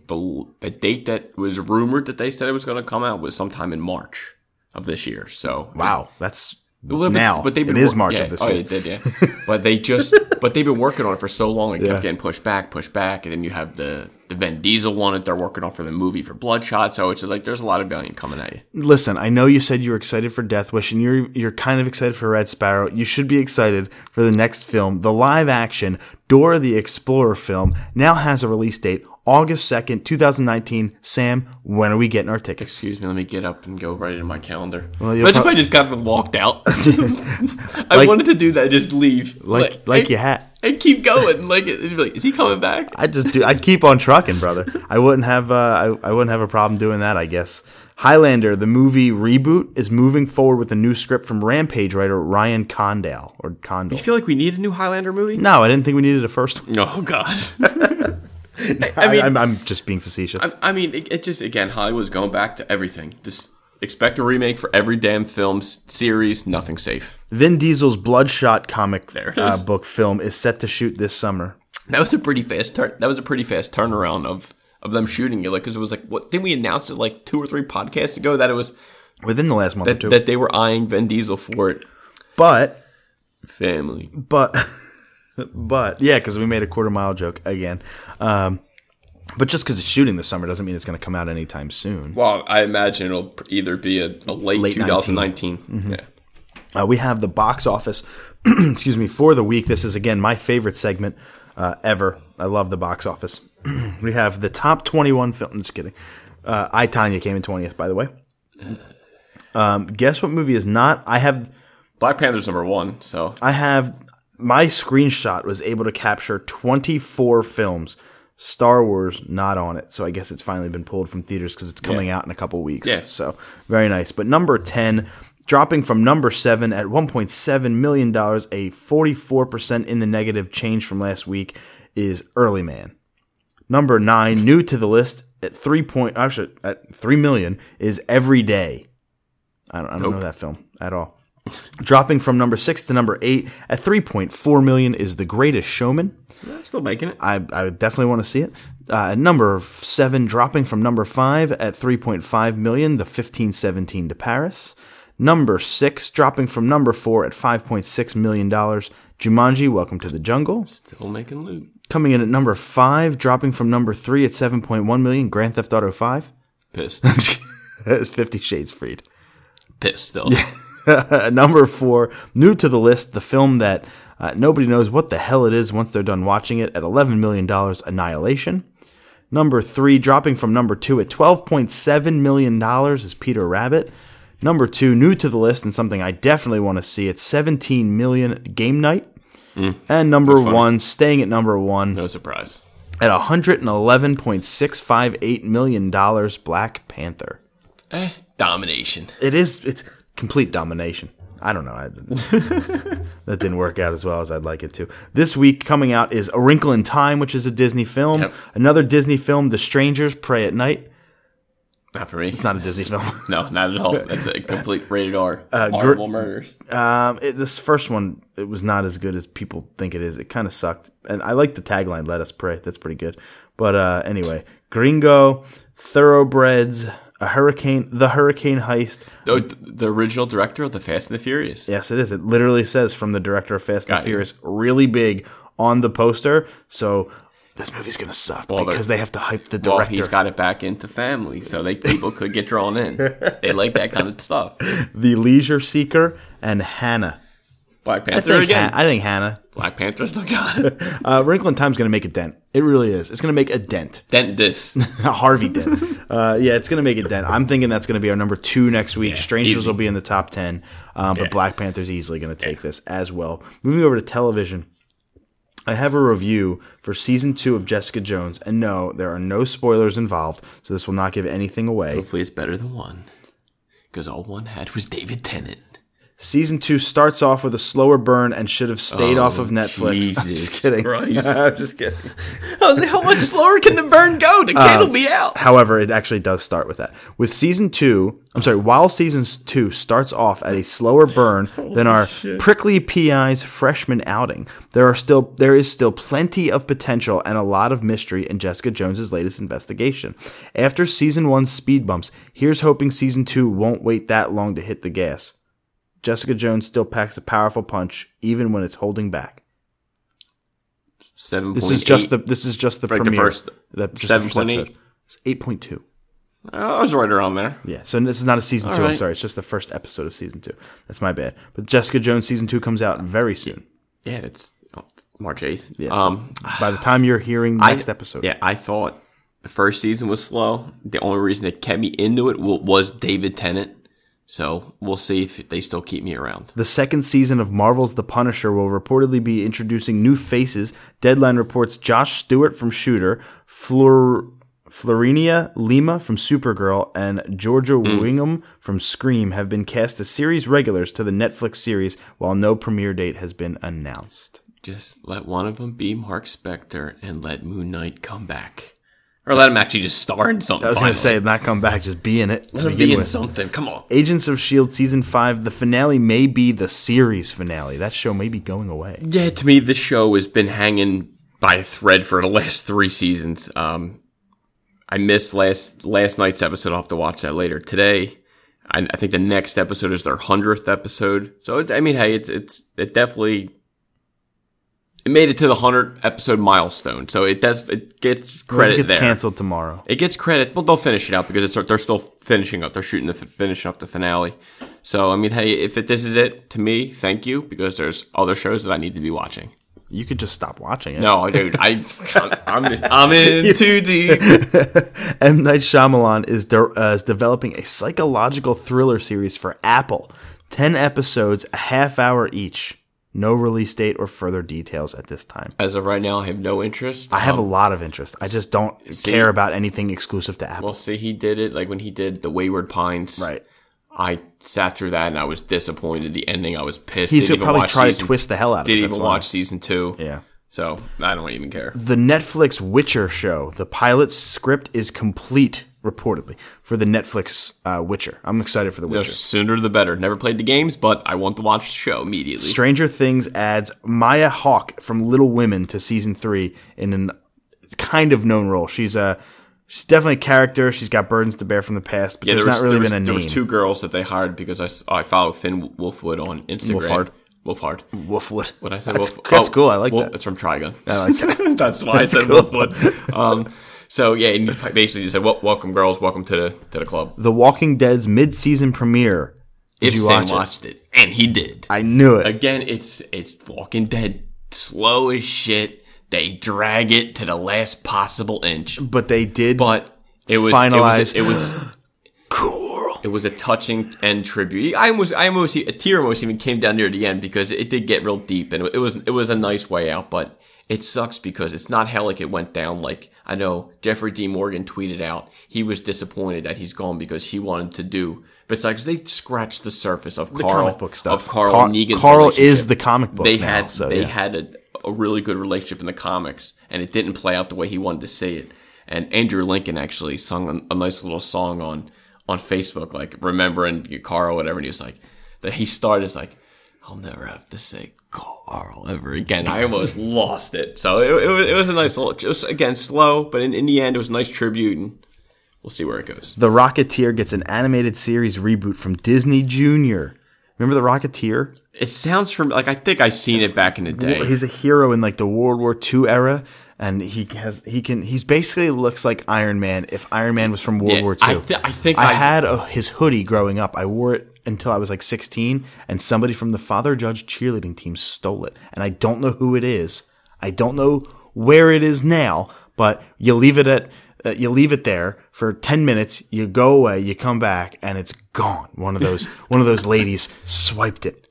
Speaker 4: the the date that was rumored that they said it was going to come out was sometime in March of this year. So
Speaker 3: Wow, that's
Speaker 4: Well, they've been-
Speaker 3: now.
Speaker 4: but they've been
Speaker 3: it is
Speaker 4: wor-
Speaker 3: March
Speaker 4: yeah,
Speaker 3: of this
Speaker 4: oh,
Speaker 3: year.
Speaker 4: it did, yeah. but they just, but they've been working on it for so long. It kept getting pushed back, pushed back, and then you have the the Vin Diesel one that they're working on for the movie for Bloodshot. So it's just like there's a lot of Valiant coming at you.
Speaker 3: Listen, I know you said you were excited for Death Wish, and you're you're kind of excited for Red Sparrow. You should be excited for the next film, the live action Dora the Explorer film. Now has a release date, August second, two thousand nineteen. Sam, when are we getting our tickets?
Speaker 4: Excuse me, let me get up and go right into my calendar.
Speaker 3: Well,
Speaker 4: Well,
Speaker 3: you'll
Speaker 4: Imagine
Speaker 3: prob-
Speaker 4: if I just got up and walked out. I
Speaker 3: Like-
Speaker 4: wanted to do that, just leave,
Speaker 3: Like like,
Speaker 4: and,
Speaker 3: you had.
Speaker 4: and keep going. Like, it'd be like, is he coming back?
Speaker 3: I just do. I'd keep on trucking, brother. I wouldn't have. Uh, I, I wouldn't have a problem doing that. I guess. Highlander, the movie reboot, is moving forward with a new script from Rampage writer Ryan Condal or Condal.
Speaker 4: I feel like we need a new Highlander movie.
Speaker 3: No, I didn't think we needed a first one.
Speaker 4: Oh God. I,
Speaker 3: I
Speaker 4: mean,
Speaker 3: am I'm just being facetious.
Speaker 4: I mean, it, it just again Hollywood's going back to everything. Just expect a remake for every damn film s- series. Nothing safe.
Speaker 3: Vin Diesel's Bloodshot comic
Speaker 4: it
Speaker 3: uh,
Speaker 4: is.
Speaker 3: book film is set to shoot this summer.
Speaker 4: That was a pretty fast turn. That was a pretty fast turnaround of of them shooting it. Like because it was like what didn't we announce it like two or three podcasts ago that it was
Speaker 3: Within the last month or
Speaker 4: that,
Speaker 3: two,
Speaker 4: that they were eyeing Vin Diesel for it.
Speaker 3: but
Speaker 4: Family.
Speaker 3: but but yeah, because we made a quarter mile joke again. Um, but just because it's shooting this summer doesn't mean it's going to come out anytime soon.
Speaker 4: Well, I imagine it'll pr- either be a, a late,
Speaker 3: Late Mm-hmm.
Speaker 4: 2019. Yeah.
Speaker 3: Uh, we have the box office, excuse me, for the week. This is again my favorite segment uh, ever. I love the box office. we have the top twenty-one film. I'm just kidding. Uh, I Tanya came in twentieth, by the way. Um, guess what movie is not? I have
Speaker 4: Black Panther's number one. So
Speaker 3: I have my screenshot was able to capture 24 films. Star Wars not on it, so I guess it's finally been pulled from theaters because it's coming out in a couple weeks.
Speaker 4: Yeah.
Speaker 3: So very nice. But number 10, dropping from number 7 at $1.7 million, a 44% in the negative change from last week, is Early Man. Number 9, new to the list at 3 point, actually, at 3 million, is Every Day. I don't, I don't know that film at all. Dropping from number six to number eight at 3.4 million is The Greatest Showman.
Speaker 4: still making it.
Speaker 3: I, I would definitely want to see it. Uh, at number seven, dropping from number five at 3.5 million, The 1517 to Paris. Number six, dropping from number four at $5.6 million, Jumanji, Welcome to the Jungle.
Speaker 4: Still making loot.
Speaker 3: Coming in at number five, dropping from number three at 7.1 million, Grand Theft Auto 5.
Speaker 4: Pissed.
Speaker 3: 50 Shades Freed.
Speaker 4: Pissed still.
Speaker 3: number four, new to the list, the film that uh, nobody knows what the hell it is once they're done watching it at $11 million, Annihilation. Number three, dropping from number two at $12.7 million, is Peter Rabbit. Number two, new to the list and something I definitely want to see at 17 million game night. and number one, staying at number one
Speaker 4: No surprise.
Speaker 3: at $111.658 million, Black Panther.
Speaker 4: Eh, domination.
Speaker 3: It is, it's complete domination. I don't know. I, that didn't work out as well as I'd like it to. This week coming out is A Wrinkle in Time, which is a Disney film.
Speaker 4: Yep.
Speaker 3: Another Disney film, The Strangers Pray at Night.
Speaker 4: Not for me.
Speaker 3: It's not a Disney film.
Speaker 4: no, not at all. That's a complete rated R.
Speaker 3: Uh, gr-
Speaker 4: Horrible murders.
Speaker 3: Um, it, this first one, it was not as good as people think it is. It kind of sucked, and I like the tagline "Let us pray." That's pretty good. But uh, anyway, Gringo, Thoroughbreds, a hurricane, the hurricane heist.
Speaker 4: The, the original director of the Fast and the Furious.
Speaker 3: Yes, it is. It literally says from the director of Fast
Speaker 4: Got
Speaker 3: and
Speaker 4: you.
Speaker 3: Furious, really big on the poster. So this movie's gonna suck
Speaker 4: Well, they're-
Speaker 3: because they have to hype the
Speaker 4: Well,
Speaker 3: director.
Speaker 4: he's got it back into family, so they people could get drawn in. They like that kind of stuff.
Speaker 3: the Leisure Seeker and Hannah.
Speaker 4: Black
Speaker 3: I
Speaker 4: Panther
Speaker 3: think,
Speaker 4: again.
Speaker 3: Han- I think Hannah.
Speaker 4: Black Panther's the god.
Speaker 3: Uh, Wrinkle in Time's gonna make a dent. It really is. It's gonna make a dent.
Speaker 4: Dent this.
Speaker 3: Harvey did. Uh, yeah, it's going to make it dent. I'm thinking that's going to be our number two next week. Strangers
Speaker 4: easy.
Speaker 3: will be in the top 10, um, but Black Panther's easily going to take this as well. Moving over to television, I have a review for season two of Jessica Jones, and no, there are no spoilers involved, so this will not give anything away.
Speaker 4: Hopefully, it's better than one, because all one had was David Tennant.
Speaker 3: Season two starts off with a slower burn and should have stayed off of Netflix. I'm
Speaker 4: Oh, Jesus
Speaker 3: just kidding.
Speaker 4: Christ.
Speaker 3: I'm just kidding.
Speaker 4: I was like, how much slower can the burn go? The
Speaker 3: Uh,
Speaker 4: candle be out.
Speaker 3: However, it actually does start with that. With season two, I'm sorry, while season two starts off at a slower burn than our prickly PI's freshman outing, there are still there is still plenty of potential and a lot of mystery in Jessica Jones's latest investigation. After season one's speed bumps, here's hoping season two won't wait that long to hit the gas. Jessica Jones still packs a powerful punch, even when it's holding back.
Speaker 4: Seven.
Speaker 3: This is just the this is just the
Speaker 4: Like the
Speaker 3: premiere.
Speaker 4: first
Speaker 3: the, just the first
Speaker 4: 7.8?
Speaker 3: episode. It's eight point two.
Speaker 4: I Oh, was right around there.
Speaker 3: Yeah, so this is not a season two. I'm
Speaker 4: right.
Speaker 3: sorry, it's just the first episode of season two. That's my bad. But Jessica Jones season two comes out very soon.
Speaker 4: Yeah, it's oh, March eighth.
Speaker 3: Yeah, so
Speaker 4: um,
Speaker 3: by the time you're hearing
Speaker 4: I-
Speaker 3: next episode,
Speaker 4: Yeah, I thought the first season was slow. The only reason that kept me into it wa- was David Tennant. So we'll see if they still keep me around.
Speaker 3: the second season of Marvel's The Punisher will reportedly be introducing new faces. Deadline reports Josh Stewart from Shooter, Flor- Florinia Lima from Supergirl, and Georgia Wingham from Scream have been cast as series regulars to the Netflix series, while no premiere date has been announced.
Speaker 4: Just let one of them be Mark Spector and let Moon Knight come back, or let him actually just star in something.
Speaker 3: I was going
Speaker 4: finally.
Speaker 3: to say, not come back, just be in it. to
Speaker 4: let him
Speaker 3: begin
Speaker 4: be in
Speaker 3: with.
Speaker 4: something. Come on.
Speaker 3: Agents of S.H.I.E.L.D. E Season 5, the finale may be the series finale. That show may be going away.
Speaker 4: Yeah, to me, this show has been hanging by a thread for the last three seasons. Um, I missed last last night's episode. I'll have to watch that later today. I, I think the next episode is their hundredth episode. So it, I mean, hey, it's it's it definitely it made it to the hundred episode milestone. So it does it gets credit
Speaker 3: it gets
Speaker 4: there.
Speaker 3: canceled tomorrow.
Speaker 4: It gets credit. Well, they'll finish it up because it's they're still finishing up. They're shooting the finishing up the finale. So I mean, hey, if it, this is it to me, thank you because there's other shows that I need to be watching.
Speaker 3: You could just stop watching it.
Speaker 4: No, dude, I I'm in, I'm in too deep.
Speaker 3: M. Night Shyamalan is, de- uh, is developing a psychological thriller series for Apple. Ten episodes, a half hour each. No release date or further details at this time.
Speaker 4: As of right now, I have no interest. Um,
Speaker 3: I have a lot of interest. I just don't
Speaker 4: see-
Speaker 3: care about anything exclusive to
Speaker 4: Well,
Speaker 3: Apple.
Speaker 4: see, he did it like when he did the Wayward Pines.
Speaker 3: right.
Speaker 4: I sat through that and I was disappointed. The ending, I was pissed.
Speaker 3: He's going
Speaker 4: Didn't
Speaker 3: to
Speaker 4: even
Speaker 3: probably
Speaker 4: watch
Speaker 3: try to
Speaker 4: season-
Speaker 3: twist the hell out of it.
Speaker 4: Didn't
Speaker 3: That's
Speaker 4: even
Speaker 3: why.
Speaker 4: watch season two.
Speaker 3: Yeah.
Speaker 4: So I don't even care.
Speaker 3: The Netflix Witcher show, the pilot script is complete, reportedly, for the Netflix uh, Witcher. I'm excited for the
Speaker 4: The
Speaker 3: Witcher.
Speaker 4: sooner the better. Never played the games, but I want to watch the show immediately.
Speaker 3: Stranger Things adds Maya Hawke from Little Women to season three in an kind of known role. She's a she's definitely a character. She's got burdens to bear from the past, but
Speaker 4: Yeah,
Speaker 3: there's
Speaker 4: there was,
Speaker 3: not really
Speaker 4: there was,
Speaker 3: been a
Speaker 4: there
Speaker 3: name.
Speaker 4: was two girls that they hired because I, s- I follow Finn Wolfwood on Instagram.
Speaker 3: Wolfhard.
Speaker 4: Wolfhard.
Speaker 3: Wolfwood.
Speaker 4: What I say?
Speaker 3: That's,
Speaker 4: Wolf-
Speaker 3: that's
Speaker 4: oh,
Speaker 3: cool. I like
Speaker 4: Wolf-
Speaker 3: that.
Speaker 4: It's from Trigon.
Speaker 3: I like that.
Speaker 4: That's why I said Wolfwood. Um, so yeah, and you basically you said, well, "Welcome, girls. Welcome to the to the club."
Speaker 3: the Walking Dead's mid-season premiere. Did
Speaker 4: if
Speaker 3: you
Speaker 4: Sam
Speaker 3: watch it?
Speaker 4: watched it, and he did.
Speaker 3: I knew it.
Speaker 4: Again, it's it's Walking Dead, slow as shit. They drag it to the last possible inch,
Speaker 3: But they did.
Speaker 4: but it was
Speaker 3: Finalized.
Speaker 4: It was, it was
Speaker 3: cool.
Speaker 4: it was a touching end tribute. I almost, I almost, a tear almost even came down near the end because it did get real deep, and it was, it was a nice way out. But it sucks because it's not how like it went down. Like I know Jeffrey D. Morgan tweeted out he was disappointed that he's gone because he wanted to do. But it's like they scratched the surface of Carl
Speaker 3: comic book stuff.
Speaker 4: of Carl
Speaker 3: Car-
Speaker 4: Negan's
Speaker 3: Carl
Speaker 4: relationship.
Speaker 3: is the comic book
Speaker 4: They
Speaker 3: now,
Speaker 4: had
Speaker 3: so,
Speaker 4: they
Speaker 3: yeah.
Speaker 4: had a, a really good relationship in the comics, and it didn't play out the way he wanted to see it. And Andrew Lincoln actually sung a, a nice little song on on Facebook, like remembering Carl, or whatever. And he was like, that he started is like, I'll never have to say Carl ever again. I almost lost it. So it, it, was, it was a nice little, just again slow, but in, in the end, it was a nice tribute, and we'll see where it goes.
Speaker 3: The Rocketeer gets an animated series reboot from Disney Junior. Remember the Rocketeer?
Speaker 4: It sounds from like I think I seen it back in the day.
Speaker 3: He's a hero in like the World War II era, and he has he can he's basically looks like Iron Man if Iron Man was from World
Speaker 4: Yeah,
Speaker 3: War II.
Speaker 4: I thi- I think
Speaker 3: I
Speaker 4: I-
Speaker 3: had a, his hoodie growing up. I wore it until I was like 16, and somebody from the Father Judge cheerleading team stole it, and I don't know who it is. I don't know where it is now, but you leave it at. Uh, you leave it there for 10 minutes, you go away, you come back and it's gone. One of those one of those ladies swiped it.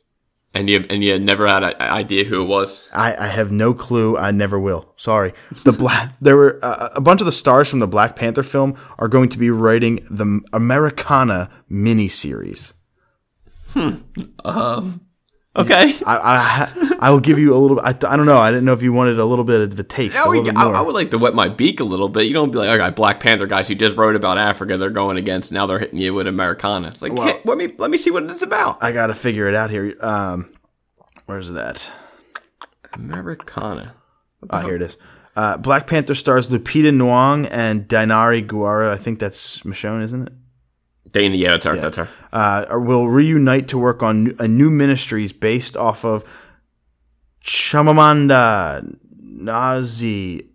Speaker 4: and you and you never had an idea who it was.
Speaker 3: I, I have no clue. I never will. Sorry. The black there were uh, a bunch of the stars from the Black Panther film are going to be writing the Americana miniseries.
Speaker 4: Okay.
Speaker 3: I I, ha- I will give you a little. I, I don't know. I didn't know if you wanted a little bit of a taste. a
Speaker 4: I
Speaker 3: little
Speaker 4: would,
Speaker 3: bit
Speaker 4: I,
Speaker 3: more.
Speaker 4: I would like to wet my beak a little bit. You don't be like, okay, Black Panther guys who just wrote about Africa, they're going against now they're hitting you with Americana. It's like, hey, let me let me see what it's about.
Speaker 3: I got to figure it out here. Um, where's that?
Speaker 4: Americana.
Speaker 3: Ah, here it is. Uh, Black Panther stars Lupita Nyong and Dainari Guara. I think that's Michonne, isn't it?
Speaker 4: Dana, yeah, that's her. That's her.
Speaker 3: uh, or will reunite to work on n- a new ministries based off of Chimamanda Nazi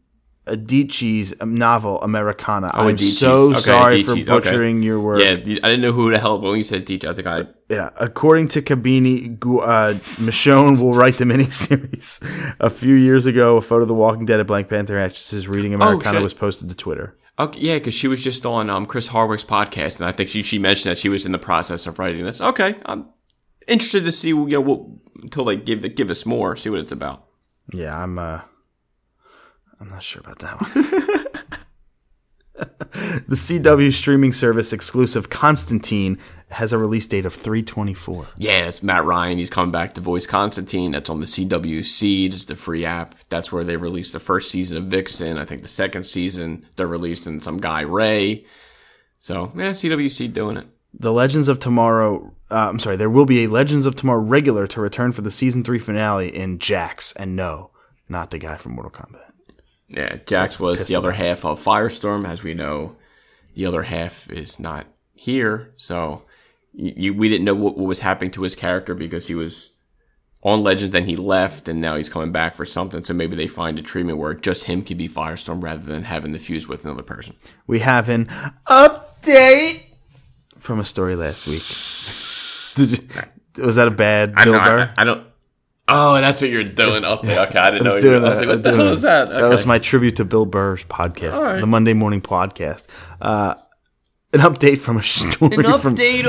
Speaker 3: Adichie's novel Americana. I'm
Speaker 4: Oh, Adichie's.
Speaker 3: so
Speaker 4: Okay,
Speaker 3: sorry
Speaker 4: Adichie's,
Speaker 3: for butchering your word.
Speaker 4: Yeah, the- I didn't know who the hell, but when you said teacher, I think I.
Speaker 3: Yeah, according to Kabini, Gu- uh, Michonne will write the miniseries. a few years ago, a photo of The Walking Dead at Black Panther actresses reading Americana
Speaker 4: Oh, shit.
Speaker 3: was posted to Twitter.
Speaker 4: Okay, yeah, because she was just on um, Chris Hardwick's podcast, and I think she, she mentioned that she was in the process of writing this. Okay, I'm interested to see you know what, until they give give us more, see what it's about.
Speaker 3: Yeah, I'm. uh I'm not sure about that one. the CW streaming service exclusive Constantine has a release date of 324.
Speaker 4: Yeah, it's Matt Ryan. He's coming back to voice Constantine. That's on the CW Seed. It's the free app. That's where they released the first season of Vixen. I think the second season they're releasing some guy Ray. So yeah, CW Seed doing it.
Speaker 3: The Legends of Tomorrow. Uh, I'm sorry. There will be a Legends of Tomorrow regular to return for the season three finale in Jax, and no, not the guy from Mortal Kombat.
Speaker 4: Yeah, Jax was the other half of Firestorm, as we know. The other half is not here, so you, you, we didn't know what, what was happening to his character because he was on Legends, then he left, and now he's coming back for something. So maybe they find a treatment where just him can be Firestorm rather than having to fuse with another person.
Speaker 3: We have an update from a story last week. Did you, was that a bad
Speaker 4: I,
Speaker 3: build?
Speaker 4: know, I, I- I don't. Oh, that's what you're doing up there. Okay, I didn't know.
Speaker 3: was
Speaker 4: you were-
Speaker 3: doing
Speaker 4: I was
Speaker 3: that.
Speaker 4: like, what the
Speaker 3: doing
Speaker 4: hell is that? Okay.
Speaker 3: was my tribute to Bill Burr's podcast,
Speaker 4: right.
Speaker 3: the Monday Morning Podcast. Uh, an update from a story from
Speaker 4: over there.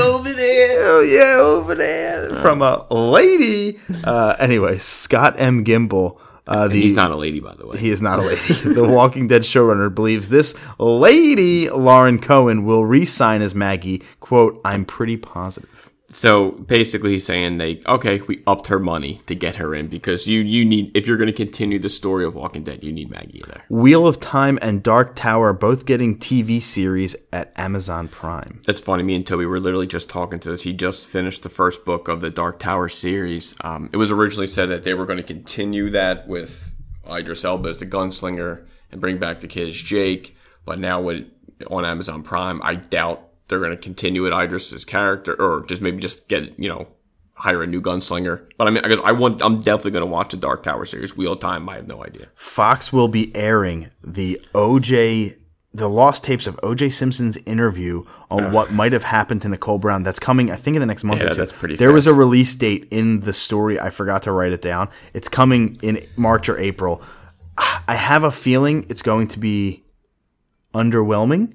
Speaker 3: Oh, yeah, over there from a lady. Uh, anyway, Scott M. Gimble. Uh, the,
Speaker 4: He's not a lady, by the way.
Speaker 3: he is not a lady. the Walking Dead showrunner believes this lady, Lauren Cohen, will re-sign as Maggie. "Quote: I'm pretty positive."
Speaker 4: So basically, he's saying they okay, we upped her money to get her in because you you need if you're going to continue the story of Walking Dead, you need Maggie there.
Speaker 3: Wheel of Time and Dark Tower are both getting TV series at Amazon Prime.
Speaker 4: That's funny. Me and Toby were literally just talking to this. He just finished the first book of the Dark Tower series. Um, it was originally said that they were going to continue that with Idris Elba as the gunslinger and bring back the kid as Jake. But now with on Amazon Prime, I doubt they're going to continue with Idris's character or just maybe just get you know hire a new gunslinger. But I mean, I guess I want. I'm definitely going to watch the Dark Tower series. Wheel of Time. I have no idea.
Speaker 3: Fox will be airing the OJ, the lost tapes of OJ Simpson's interview on what might have happened to Nicole Brown. That's coming, I think, in the next month
Speaker 4: Yeah,
Speaker 3: or two.
Speaker 4: that's pretty
Speaker 3: there was a
Speaker 4: fast.
Speaker 3: release date in the story. I forgot to write it down. It's coming in March or April. I have a feeling it's going to be underwhelming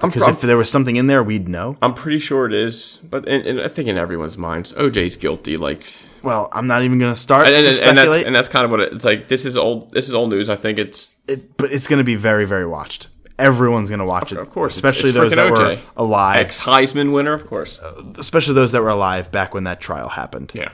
Speaker 3: because
Speaker 4: prob-
Speaker 3: if there was something in there, we'd know.
Speaker 4: I'm pretty sure it is, but and, and I think in everyone's minds, OJ's guilty. Like,
Speaker 3: Well, I'm not even going to start
Speaker 4: and, and,
Speaker 3: to
Speaker 4: and that's
Speaker 3: speculate,
Speaker 4: and that's kind of what it, it's like. This is old. This is old news. I think it's
Speaker 3: it, but it's going to be very, very watched. Everyone's going to watch it,
Speaker 4: of course, it's-
Speaker 3: especially
Speaker 4: it's
Speaker 3: those that
Speaker 4: frickin' OJ.
Speaker 3: were alive,
Speaker 4: ex Heisman winner, of course.
Speaker 3: especially those that were alive back when that trial happened.
Speaker 4: yeah.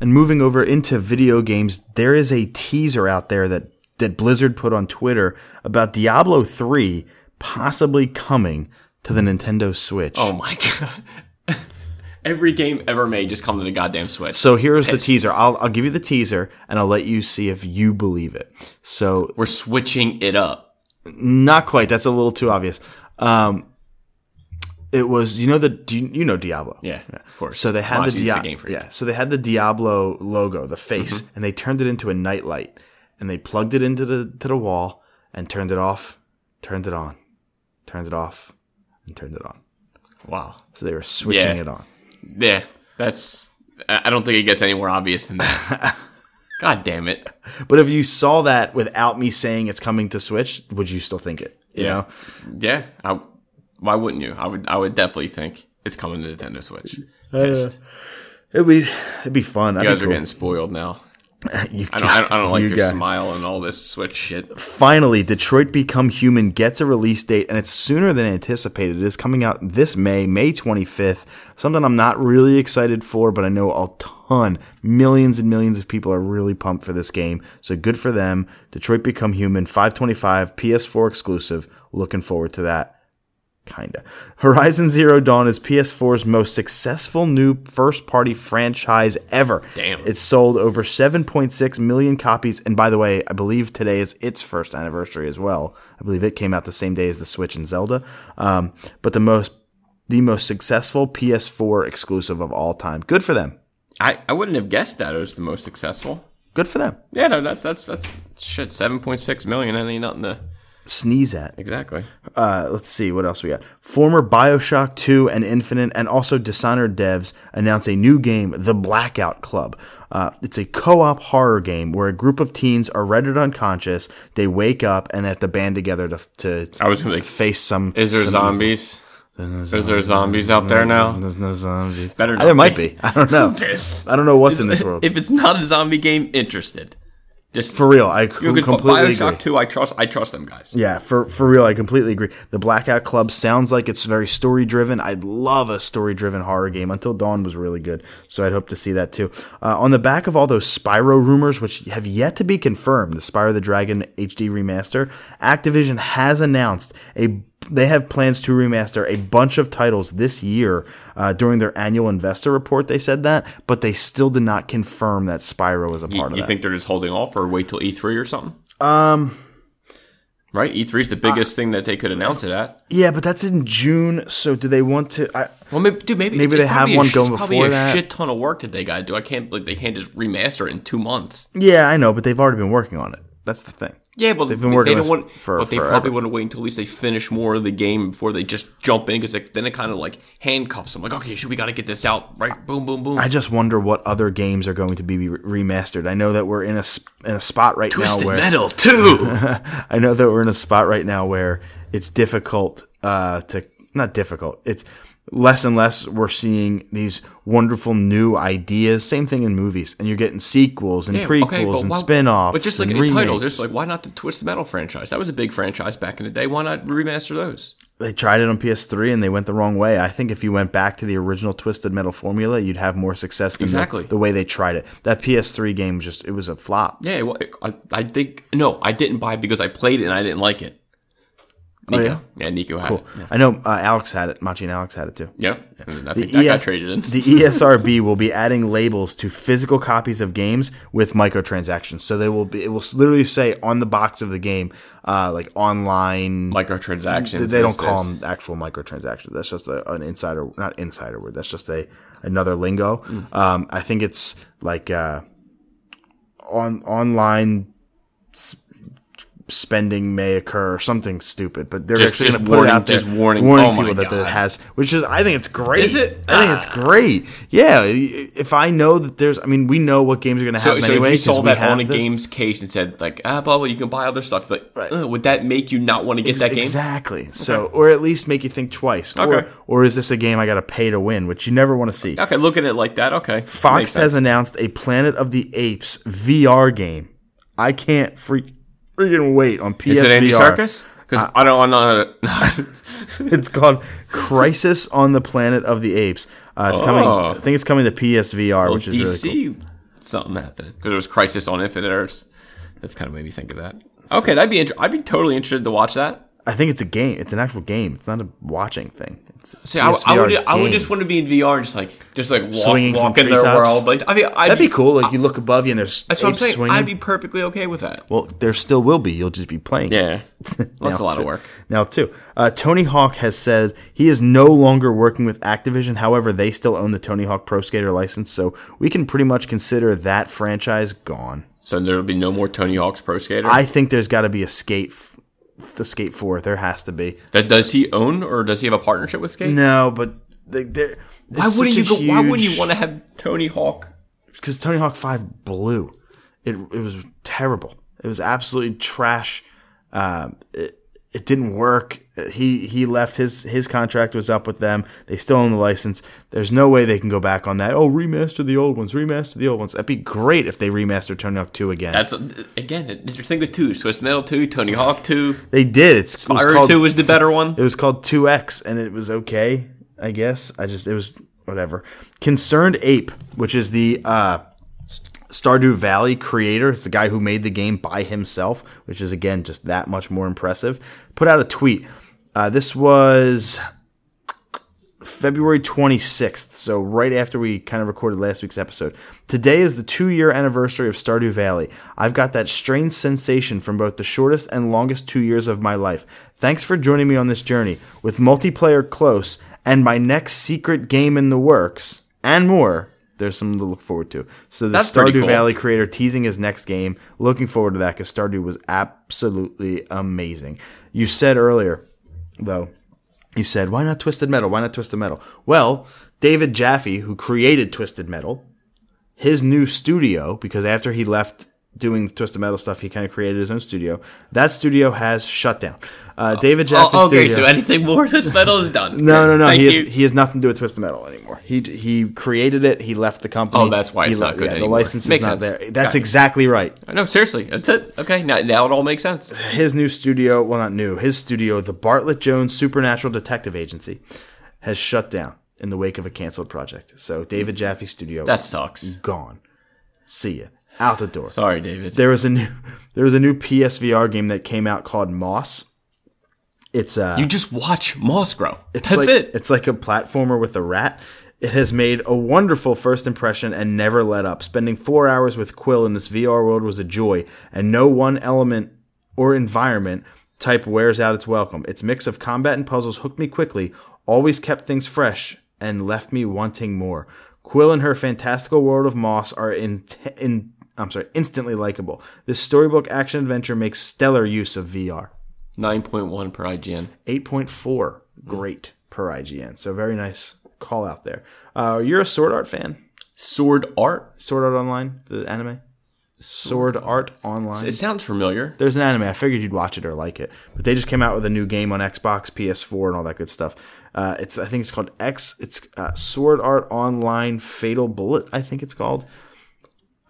Speaker 3: And moving over into video games, there is a teaser out there that, that Blizzard put on Twitter about Diablo 3 possibly coming to the Nintendo Switch.
Speaker 4: Oh my god. Every game ever made just come to the goddamn Switch.
Speaker 3: So here's the teaser. I'll, I'll give you the teaser and I'll let you see if you believe it. So
Speaker 4: We're switching it up.
Speaker 3: not quite. That's a little too obvious. Um, it was, you know, the, do you, you know Diablo.
Speaker 4: Yeah, of course.
Speaker 3: So they had
Speaker 4: Monty,
Speaker 3: the
Speaker 4: it's a
Speaker 3: Diablo.
Speaker 4: game Mm-hmm. for you.
Speaker 3: Yeah. So they had the Diablo logo, the face, and they turned it into a nightlight, and they plugged it into the to the wall and turned it off, turned it on, turned it off, and turned it on.
Speaker 4: Wow.
Speaker 3: So they were switching
Speaker 4: Yeah.
Speaker 3: it on.
Speaker 4: Yeah, that's. I I don't think it gets any more obvious than that. God damn it!
Speaker 3: But if you saw that without me saying it's coming to Switch, would you still think it? You
Speaker 4: Yeah.
Speaker 3: know,
Speaker 4: Yeah, I, why wouldn't you? I would. I would definitely think it's coming to Nintendo Switch. Pissed.
Speaker 3: Uh, it'd be it'd be fun.
Speaker 4: you guys are
Speaker 3: cool.
Speaker 4: getting spoiled now.
Speaker 3: You
Speaker 4: I don't. I don't, I don't like
Speaker 3: you
Speaker 4: your
Speaker 3: guys.
Speaker 4: smile and all this Switch shit.
Speaker 3: Finally, Detroit Become Human gets a release date, and it's sooner than anticipated. It is coming out this May, May 25th. Something I'm not really excited for, but I know a ton, millions and millions of people are really pumped for this game. So good for them. Detroit Become Human, 525, PS4 exclusive. Looking forward to that kinda. Horizon Zero Dawn is PS4's most successful new first-party franchise ever.
Speaker 4: Damn.
Speaker 3: It's sold over 7.6 million copies, and by the way, I believe today is its first anniversary as well. I believe it came out the same day as the Switch and Zelda. Um, but the most, the most successful PS4 exclusive of all time. Good for them.
Speaker 4: I, I wouldn't have guessed that it was the most successful.
Speaker 3: Good for them.
Speaker 4: Yeah, no, that's that's that's shit. Seven point six million. That ain't nothing to
Speaker 3: Sneeze at.
Speaker 4: exactly.
Speaker 3: uh, let's see what else we got. Former Bioshock 2 and Infinite, and also Dishonored devs announce a new game, The Blackout Club. Uh, it's a co-op horror game where a group of teens are rendered unconscious. They wake up and they have to band together to to
Speaker 4: I was gonna be like,
Speaker 3: face some.
Speaker 4: is there
Speaker 3: some
Speaker 4: zombies? Is there zombies out there
Speaker 3: evil-
Speaker 4: now?
Speaker 3: There's no zombies.
Speaker 4: Better
Speaker 3: there
Speaker 4: not
Speaker 3: might
Speaker 4: be.
Speaker 3: be. I don't know.
Speaker 4: Pissed.
Speaker 3: I don't know what's in this world.
Speaker 4: If it's not a zombie game, interested. Just
Speaker 3: For real, I c-
Speaker 4: You could put
Speaker 3: completely
Speaker 4: Bioshock
Speaker 3: agree.
Speaker 4: Two. I trust. I trust them guys.
Speaker 3: Yeah, for for real, I completely agree. The Blackout Club sounds like it's very story driven. I'd love a story driven horror game. Until Dawn was really good, so I'd hope to see that too. Uh, on the back of all those Spyro rumors, which have yet to be confirmed, the Spyro the Dragon HD remaster, Activision has announced a they have plans to remaster a bunch of titles this year uh, during their annual investor report. They said that, but they still did not confirm that Spyro is a
Speaker 4: You,
Speaker 3: part
Speaker 4: you
Speaker 3: of that.
Speaker 4: think they're just holding off, or wait till E three or something? Um, right. E three is the biggest thing that they could announce it at.
Speaker 3: yeah, but that's in June. So do they want to? I,
Speaker 4: Well, maybe, dude, maybe
Speaker 3: Maybe
Speaker 4: it's
Speaker 3: they have
Speaker 4: probably a
Speaker 3: one
Speaker 4: sh-
Speaker 3: going
Speaker 4: it's probably
Speaker 3: before
Speaker 4: a
Speaker 3: that.
Speaker 4: Shit ton of work that they got to do. I can't. Like, they can't just remaster it in two months.
Speaker 3: Yeah, I know, but they've already been working on it. That's the thing.
Speaker 4: Yeah, but
Speaker 3: They've been working
Speaker 4: they
Speaker 3: on
Speaker 4: don't
Speaker 3: this
Speaker 4: want,
Speaker 3: for-
Speaker 4: But they
Speaker 3: forever.
Speaker 4: probably want to wait until at least they finish more of the game before they just jump in because then it kind of like handcuffs them. Like, okay, should we got to get this out? Right? Boom, boom, boom.
Speaker 3: I just wonder what other games are going to be re- remastered. I know that we're in a s- in a spot right
Speaker 4: Twisted
Speaker 3: now where
Speaker 4: Metal Two.
Speaker 3: I know that we're in a spot right now where it's difficult uh, to not difficult. It's less and less we're seeing these wonderful new ideas. Same thing in movies, and you're getting sequels and
Speaker 4: Yeah,
Speaker 3: prequels
Speaker 4: okay, but
Speaker 3: and
Speaker 4: why-
Speaker 3: spin-offs.
Speaker 4: But just like
Speaker 3: and
Speaker 4: a title,
Speaker 3: remakes.
Speaker 4: just like why not the Twisted Metal franchise? That was a big franchise back in the day. Why not remaster those?
Speaker 3: they tried it on PS3 and they went the wrong way. I think if you went back to the original Twisted Metal formula, you'd have more success than the-
Speaker 4: Exactly.
Speaker 3: the, way they tried it. That PS3 game just it was a flop.
Speaker 4: Yeah, well, I, I think no, I didn't buy it because I played it and I didn't like it. Nico.
Speaker 3: Oh, yeah?
Speaker 4: Nico had it. Yeah.
Speaker 3: I know uh, Alex had it. Machi and Alex had it too.
Speaker 4: Yep. And I think that got
Speaker 3: ES
Speaker 4: traded in.
Speaker 3: E the ESRB will be adding labels to physical copies of games with microtransactions. So they will be it will literally say on the box of the game uh, like online
Speaker 4: Microtransactions.
Speaker 3: They don't
Speaker 4: this,
Speaker 3: call
Speaker 4: this.
Speaker 3: them actual microtransactions. That's just a, an insider, not insider word. That's just a another lingo.
Speaker 4: Mm.
Speaker 3: Um, I think it's like uh, on online s- spending may occur or something stupid. But they're
Speaker 4: Just-
Speaker 3: actually
Speaker 4: just
Speaker 3: going to put it
Speaker 4: warning-
Speaker 3: out there,
Speaker 4: just warning. Oh my
Speaker 3: people that
Speaker 4: God.
Speaker 3: it has, which is I think it's great.
Speaker 4: Is it? Ah.
Speaker 3: I think it's great. Yeah, i- if I know that there's, I mean, we know what games are going to
Speaker 4: So,
Speaker 3: happen
Speaker 4: so if
Speaker 3: anyway.
Speaker 4: you
Speaker 3: 'cause
Speaker 4: sold
Speaker 3: we
Speaker 4: that
Speaker 3: have
Speaker 4: on a
Speaker 3: this.
Speaker 4: game's case and said like, ah, blah blah, you can buy other stuff. Like,
Speaker 3: Right.
Speaker 4: ugh, would that make you not want to get that game?
Speaker 3: Exactly. So, or at least make you think twice. Or,
Speaker 4: Okay.
Speaker 3: or is this a game I got to pay to win, which you never want to see?
Speaker 4: Okay, look at it like that. Okay,
Speaker 3: Fox has announced a Planet of the Apes VR game. I can't freak, freaking wait on PSVR.
Speaker 4: Is it Andy Circus? Because
Speaker 3: Uh,
Speaker 4: I don't. I'm not.
Speaker 3: It's called Crisis on the Planet of the Apes. Uh, it's coming.
Speaker 4: Oh.
Speaker 3: I think it's coming to PSVR, which is really
Speaker 4: DC
Speaker 3: cool.
Speaker 4: something happened because it was Crisis on Infinite Earths. That's kind of made me think of that. Okay, that'd be. Inter- I'd be totally interested to watch that.
Speaker 3: I think it's a game. It's an actual game. It's not a watching thing. It's a
Speaker 4: See, I, I
Speaker 3: PSVR
Speaker 4: would, I would
Speaker 3: game.
Speaker 4: just want to be in VR, and just like, just like walk,
Speaker 3: Swinging from
Speaker 4: walk in their
Speaker 3: treetops?
Speaker 4: world. Like, I mean, I'd
Speaker 3: That'd be cool. Like you look above you and there's
Speaker 4: That's what I'm
Speaker 3: apes
Speaker 4: saying.
Speaker 3: swinging.
Speaker 4: I'd be perfectly okay with that.
Speaker 3: well, there still will be. You'll just be playing. it.
Speaker 4: Yeah, that's a
Speaker 3: now
Speaker 4: lot
Speaker 3: too-
Speaker 4: of work.
Speaker 3: Now, too, uh, Tony Hawk has said he is no longer working with Activision. However, they still own the Tony Hawk Pro Skater license, so we can pretty much consider that franchise gone.
Speaker 4: So there'll be no more Tony Hawk's Pro Skater.
Speaker 3: I think there's got to be a skate, f- the skate four. There has to be.
Speaker 4: That- does he own or does he have a partnership with Skate?
Speaker 3: No, but they, they're.
Speaker 4: why wouldn't you? Go, Why wouldn't you want to have Tony Hawk?
Speaker 3: Because Tony Hawk Five blew. It it was terrible. It was absolutely trash. Um, it, it didn't work. He he left his his contract was up with them. They still own the license. There's no way they can go back on that. Oh, remaster the old ones. Remaster the old ones. That'd be great if they remastered Tony Hawk Two again.
Speaker 4: That's again. It's your thing with two. Swiss Metal two, Tony Hawk two,
Speaker 3: they did. It's it was
Speaker 4: Spyro
Speaker 3: called-
Speaker 4: two was the better one.
Speaker 3: It was called 2X, and it was okay, I guess. I just, it was whatever. Concerned Ape, which is the uh, Stardew Valley creator, it's the guy who made the game by himself, which is, again, just that much more impressive, put out a tweet. Uh, this was February 26th, so right after we kind of recorded last week's episode. Today is the two year anniversary of Stardew Valley. I've got that strange sensation from both the shortest and longest two years of my life. Thanks for joining me on this journey. With multiplayer close and my next secret game in the works and more, there's something to look forward to. So the
Speaker 4: That's pretty
Speaker 3: Stardew
Speaker 4: cool.
Speaker 3: Valley creator teasing his next game. Looking forward to that because Stardew was absolutely amazing. You said earlier, though, you said, why not Twisted Metal? Why not Twisted Metal? Well, David Jaffe, who created Twisted Metal, his new studio, because after he left doing the Twisted Metal stuff, he kind of created his own studio. That studio has shut down. Uh, David
Speaker 4: Oh,
Speaker 3: Jaffe's
Speaker 4: oh,
Speaker 3: studio.
Speaker 4: great. So anything more Swiss Metal is done.
Speaker 3: No, no, no.
Speaker 4: Thank
Speaker 3: He
Speaker 4: you.
Speaker 3: has, he has nothing to do with Twisted Metal anymore. He he created it. He left the company.
Speaker 4: Oh, that's why
Speaker 3: He
Speaker 4: it's not
Speaker 3: le-
Speaker 4: good
Speaker 3: The
Speaker 4: anymore.
Speaker 3: license
Speaker 4: Makes
Speaker 3: is not
Speaker 4: sense.
Speaker 3: there. That's
Speaker 4: Got it.
Speaker 3: exactly right.
Speaker 4: no, seriously. That's it. Okay. Now, now it all makes sense.
Speaker 3: His new studio, well, not new. His studio, the Bartlett Jones Supernatural Detective Agency, has shut down in the wake of a canceled project. So David Jaffe's studio
Speaker 4: That sucks.
Speaker 3: gone. See ya out the door.
Speaker 4: Sorry, David.
Speaker 3: There was a new there was a new PSVR game that came out called Moss. It's uh
Speaker 4: you just watch moss grow.
Speaker 3: It's
Speaker 4: That's
Speaker 3: like,
Speaker 4: it.
Speaker 3: It's like a platformer with a rat. It has made a wonderful first impression and never let up. Spending four hours with Quill in this VR world was a joy, and no one element or environment type wears out its welcome. Its mix of combat and puzzles hooked me quickly, always kept things fresh, and left me wanting more. Quill and her fantastical world of moss are in, in I'm sorry, instantly likable. This storybook action adventure makes stellar use of VR.
Speaker 4: 9.1 per IGN.
Speaker 3: 8.4 great per IGN. So very nice call out there. Uh, you're a Sword Art fan?
Speaker 4: Sword art?
Speaker 3: Sword Art Online, the anime? Sword Art Online.
Speaker 4: It sounds familiar.
Speaker 3: There's an anime. I figured you'd watch it or like it. But they just came out with a new game on Xbox, PS4, and all that good stuff. Uh, it's I think it's called X. It's uh, Sword Art Online Fatal Bullet. I think it's called.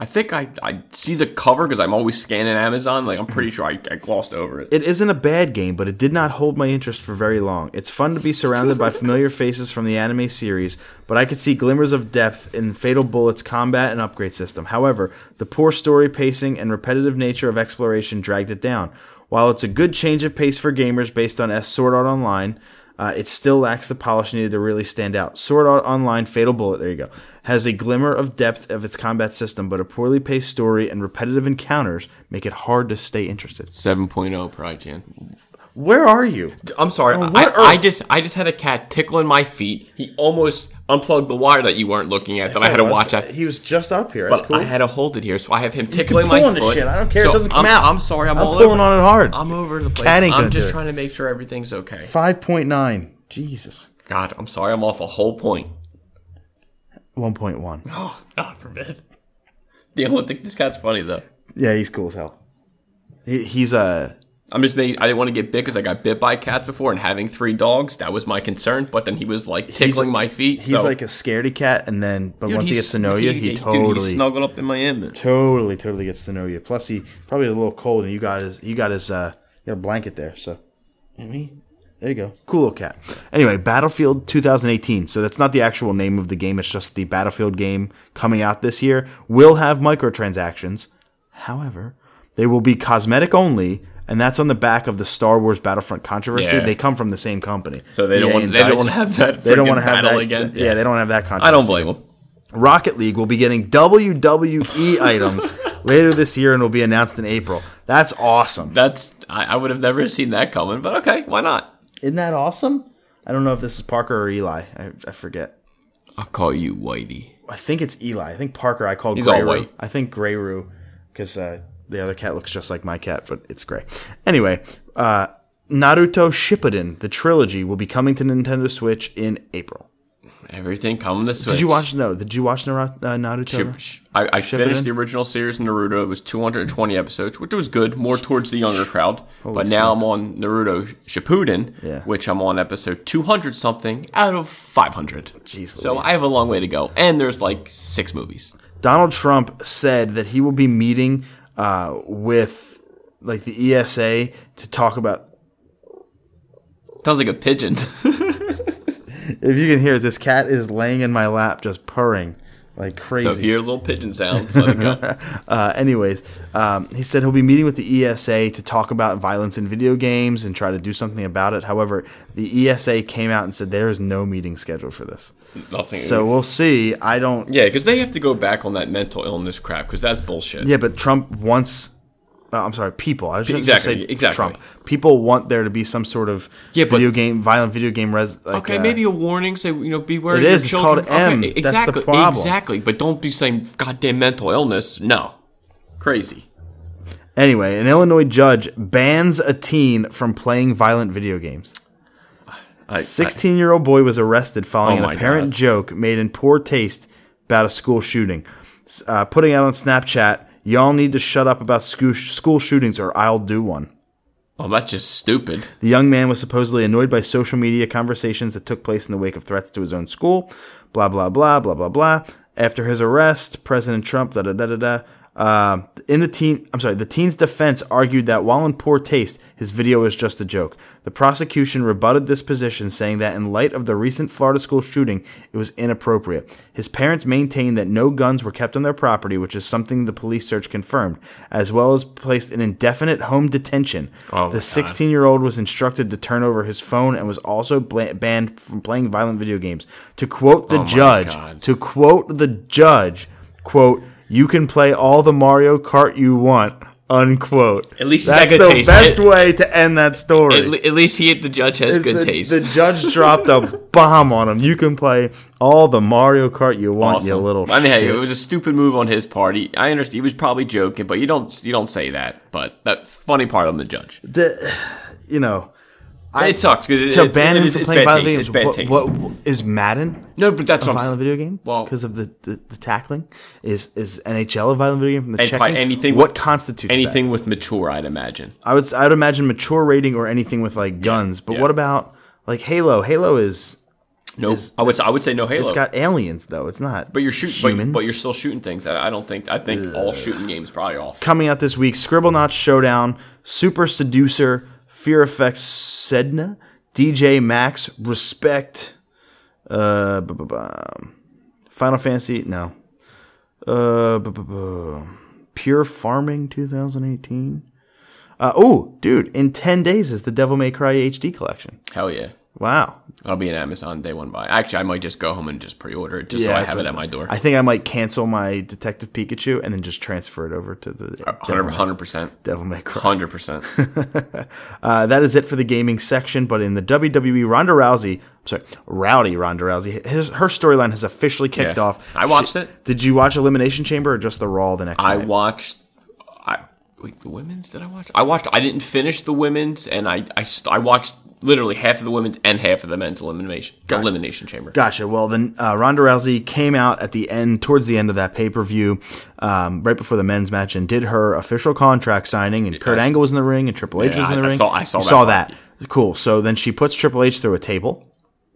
Speaker 4: I think I, I see the cover because I'm always scanning Amazon. Like, I'm pretty sure I, I glossed over it.
Speaker 3: It isn't a bad game, but it did not hold my interest for very long. It's fun to be surrounded by familiar faces from the anime series, but I could see glimmers of depth in Fatal Bullet's combat and upgrade system. However, the poor story pacing and repetitive nature of exploration dragged it down. While it's a good change of pace for gamers based on S Sword Art Online, uh, it still lacks the polish needed to really stand out. Sword Art Online Fatal Bullet, there you go, has a glimmer of depth of its combat system, but a poorly paced story and repetitive encounters make it hard to stay interested.
Speaker 4: 7.0 per IGN.
Speaker 3: Where are you?
Speaker 4: I'm sorry.
Speaker 3: On
Speaker 4: I,
Speaker 3: Oh, what
Speaker 4: I just I just had a cat tickling my feet. He almost unplugged the wire that you weren't looking at that I had to
Speaker 3: was.
Speaker 4: watch. At,
Speaker 3: He was just up here.
Speaker 4: but
Speaker 3: That's cool.
Speaker 4: I had to hold it here, so I have him
Speaker 3: You're
Speaker 4: tickling my
Speaker 3: pulling
Speaker 4: foot.
Speaker 3: this shit. I don't care. It
Speaker 4: So
Speaker 3: doesn't
Speaker 4: I'm,
Speaker 3: come out.
Speaker 4: I'm sorry. I'm,
Speaker 3: I'm
Speaker 4: all
Speaker 3: pulling
Speaker 4: over.
Speaker 3: on it hard.
Speaker 4: I'm over the place.
Speaker 3: Cat ain't
Speaker 4: I'm
Speaker 3: gonna do
Speaker 4: just
Speaker 3: it.
Speaker 4: trying to make sure everything's okay.
Speaker 3: Five point nine. Jesus.
Speaker 4: God, I'm sorry. I'm off a whole point.
Speaker 3: One point one.
Speaker 4: Oh, God forbid. The only thing this cat's funny though.
Speaker 3: Yeah, he's cool as hell. He, he's uh
Speaker 4: I'm just making. I didn't want to get bit because I got bit by cats before, and having three dogs that was my concern. But then he was like tickling my feet.
Speaker 3: he's
Speaker 4: so-
Speaker 3: like a scaredy cat, and then but
Speaker 4: Dude,
Speaker 3: once he gets to know you, he,
Speaker 4: dude,
Speaker 3: totally,
Speaker 4: snuggled up in my image.
Speaker 3: totally, totally gets to know you. Plus, he probably a little cold, and you got his, you got his, uh, you got a blanket there. So, I mean, there you go, cool little cat. Anyway, Battlefield 2018. So that's not the actual name of the game. It's just the Battlefield game coming out this year. Will have microtransactions. However, they will be cosmetic only. And that's on the back of the Star Wars Battlefront controversy.
Speaker 4: Yeah.
Speaker 3: They come from the same company,
Speaker 4: So they don't
Speaker 3: EA
Speaker 4: want-
Speaker 3: and
Speaker 4: they don't
Speaker 3: DICE.
Speaker 4: wanna have that
Speaker 3: They don't
Speaker 4: freaking
Speaker 3: wanna have
Speaker 4: battle
Speaker 3: that
Speaker 4: again.
Speaker 3: Yeah, they don't have that controversy.
Speaker 4: I don't blame him.
Speaker 3: Rocket League will be getting WWE items later this year and will be announced in April. That's awesome.
Speaker 4: That's I, I would have never seen that coming, but okay, why not?
Speaker 3: Isn't that awesome? I don't know if this is Parker or Eli. I, I forget.
Speaker 4: I'll call you Whitey.
Speaker 3: I think it's Eli. I think Parker I call
Speaker 4: He's
Speaker 3: Grey
Speaker 4: all
Speaker 3: Roo.
Speaker 4: white.
Speaker 3: I think Grey Roo because uh, the other cat looks just like my cat, but it's gray. Anyway, uh, Naruto Shippuden, the trilogy, will be coming to Nintendo Switch in April.
Speaker 4: Everything coming to Switch.
Speaker 3: Did you watch? No. Did you watch Naruto? Uh, Naruto?
Speaker 4: Sh- I, I finished
Speaker 3: in?
Speaker 4: the original series of Naruto. It was 220 episodes, which was good, more towards the younger crowd. but now I'm on Naruto Shippuden,
Speaker 3: Yeah.
Speaker 4: which I'm on episode 200 something out of 500.
Speaker 3: Jeez
Speaker 4: so
Speaker 3: Louise.
Speaker 4: I have a long way to go, and there's like six movies.
Speaker 3: Donald Trump said that he will be meeting uh, with like the ESA to talk about.
Speaker 4: Sounds like a pigeon.
Speaker 3: If you can hear it, this cat is laying in my lap, just purring like
Speaker 4: so if
Speaker 3: crazy.
Speaker 4: you hear little pigeon sounds, let it go.
Speaker 3: uh, anyways, um, he said he'll be meeting with the ESA to talk about violence in video games and try to do something about it. However, the ESA came out and said there is no meeting scheduled for this.
Speaker 4: Nothing.
Speaker 3: So we'll see. I don't.
Speaker 4: yeah, because they have to go back on that mental illness crap because that's bullshit.
Speaker 3: Yeah, but Trump wants. Uh, I'm sorry, people. I shouldn't just
Speaker 4: Exactly,
Speaker 3: say
Speaker 4: exactly.
Speaker 3: Trump. People want there to be some sort of
Speaker 4: Yeah, but-
Speaker 3: video game, violent video game. Res, like,
Speaker 4: Okay,
Speaker 3: uh,
Speaker 4: maybe a warning. Say you know, beware.
Speaker 3: It
Speaker 4: of your
Speaker 3: is, it's
Speaker 4: children.
Speaker 3: called M.
Speaker 4: Okay,
Speaker 3: That's the
Speaker 4: exactly,
Speaker 3: problem.
Speaker 4: exactly. But don't be saying goddamn mental illness. No, crazy.
Speaker 3: Anyway, an Illinois judge bans a teen from playing violent video games.
Speaker 4: I,
Speaker 3: Sixteen-year-old boy was arrested following
Speaker 4: Oh
Speaker 3: an
Speaker 4: my
Speaker 3: apparent
Speaker 4: God.
Speaker 3: joke made in poor taste about a school shooting. S- Uh, putting out on Snapchat, y'all need to shut up about school, school shootings, or I'll do one.
Speaker 4: I, oh, that's just stupid.
Speaker 3: The young man was supposedly annoyed by social media conversations that took place in the wake of threats to his own school. Blah blah blah blah blah blah. After his arrest, President Trump da da da da da. Uh, in the teen, I'm sorry, the teen's defense argued that while in poor taste, his video was just a joke. The prosecution rebutted this position, saying that in light of the recent Florida school shooting, it was inappropriate. His parents maintained that no guns were kept on their property, which is something the police search confirmed, as well as placed in indefinite home detention.
Speaker 4: Oh,
Speaker 3: the
Speaker 4: my
Speaker 3: 16 year old was instructed to turn over his phone and was also bla- banned from playing violent video games. To quote the judge,
Speaker 4: Oh, God.
Speaker 3: to quote the judge, quote, you can play all the Mario Kart you want, unquote.
Speaker 4: At least
Speaker 3: that's
Speaker 4: he's
Speaker 3: the
Speaker 4: got good taste.
Speaker 3: best
Speaker 4: It-
Speaker 3: way to end that story.
Speaker 4: At, le- at least he, the judge, has
Speaker 3: Is
Speaker 4: good
Speaker 3: the,
Speaker 4: taste.
Speaker 3: the judge dropped a bomb on him. You can play all the Mario Kart you want,
Speaker 4: Awesome.
Speaker 3: you little
Speaker 4: I mean, hey,
Speaker 3: shit.
Speaker 4: it was a stupid move on his part. He, I understand he was probably joking, but you don't you don't say that. But that funny part on the judge,
Speaker 3: The- you know, I-
Speaker 4: it sucks because it,
Speaker 3: to
Speaker 4: it's-
Speaker 3: ban
Speaker 4: it
Speaker 3: him
Speaker 4: is-
Speaker 3: from
Speaker 4: it's
Speaker 3: playing
Speaker 4: bad
Speaker 3: violent
Speaker 4: taste.
Speaker 3: video
Speaker 4: It's bad
Speaker 3: games.
Speaker 4: taste.
Speaker 3: What, what is Madden?
Speaker 4: no, but
Speaker 3: a
Speaker 4: that's what I'm s-
Speaker 3: violent video game
Speaker 4: Well-
Speaker 3: because of the, the, the tackling is is NHL a violent video game from the
Speaker 4: And
Speaker 3: checking
Speaker 4: probably anything
Speaker 3: what
Speaker 4: with-
Speaker 3: constitutes
Speaker 4: Anything
Speaker 3: anything
Speaker 4: with mature, I'd imagine.
Speaker 3: I would s- I would imagine mature rating or anything with like guns but
Speaker 4: yeah.
Speaker 3: what about like Halo Halo is
Speaker 4: No, I would I would say no Halo.
Speaker 3: it's got aliens though it's not
Speaker 4: But you're shooting,
Speaker 3: humans
Speaker 4: but, but you're still shooting things. I, I don't think. I think all shooting games probably off.
Speaker 3: coming out this week Scribblenauts Showdown Super Seducer Fear Effects Sedna DJ Max Respect uh bu- bu- bu- Final Fantasy no Uh, bu- bu- bu- Pure Farming 2018. Uh, oh, dude, in 10 days is the Devil May Cry HD collection.
Speaker 4: Hell yeah!
Speaker 3: Wow.
Speaker 4: I'll be an Amazon day one buy. Actually, I might just go home and just pre-order it just so I
Speaker 3: it's
Speaker 4: have it
Speaker 3: a-
Speaker 4: at my door.
Speaker 3: I think I might cancel my Detective Pikachu and then just transfer it over to the Devil May-
Speaker 4: 100 percent,
Speaker 3: Devil May Cry.
Speaker 4: hundred percent.
Speaker 3: Uh, that is it for the gaming section. But in the WWE, Ronda Rousey, I'm sorry, Rowdy Ronda Rousey, his, her storyline has officially kicked
Speaker 4: Yeah.
Speaker 3: off.
Speaker 4: I watched it.
Speaker 3: Did you watch Elimination Chamber or just the Raw the next
Speaker 4: I
Speaker 3: night?
Speaker 4: watched. I wait, the women's did I watch? I watched. I didn't finish the women's, and I I, st- I watched literally half of the women's and half of the men's elimination elimination chamber.
Speaker 3: Gotcha. Well, then uh, Ronda Rousey came out at the end, towards the end of that pay per view, um, right before the men's match, and did her official contract signing. And Kurt
Speaker 4: I s-
Speaker 3: Angle was in the ring, and Triple H
Speaker 4: Yeah,
Speaker 3: was in
Speaker 4: I-
Speaker 3: the
Speaker 4: I
Speaker 3: ring.
Speaker 4: saw- I saw
Speaker 3: You
Speaker 4: that
Speaker 3: Saw
Speaker 4: part.
Speaker 3: that. Cool. So then she puts Triple H through a table.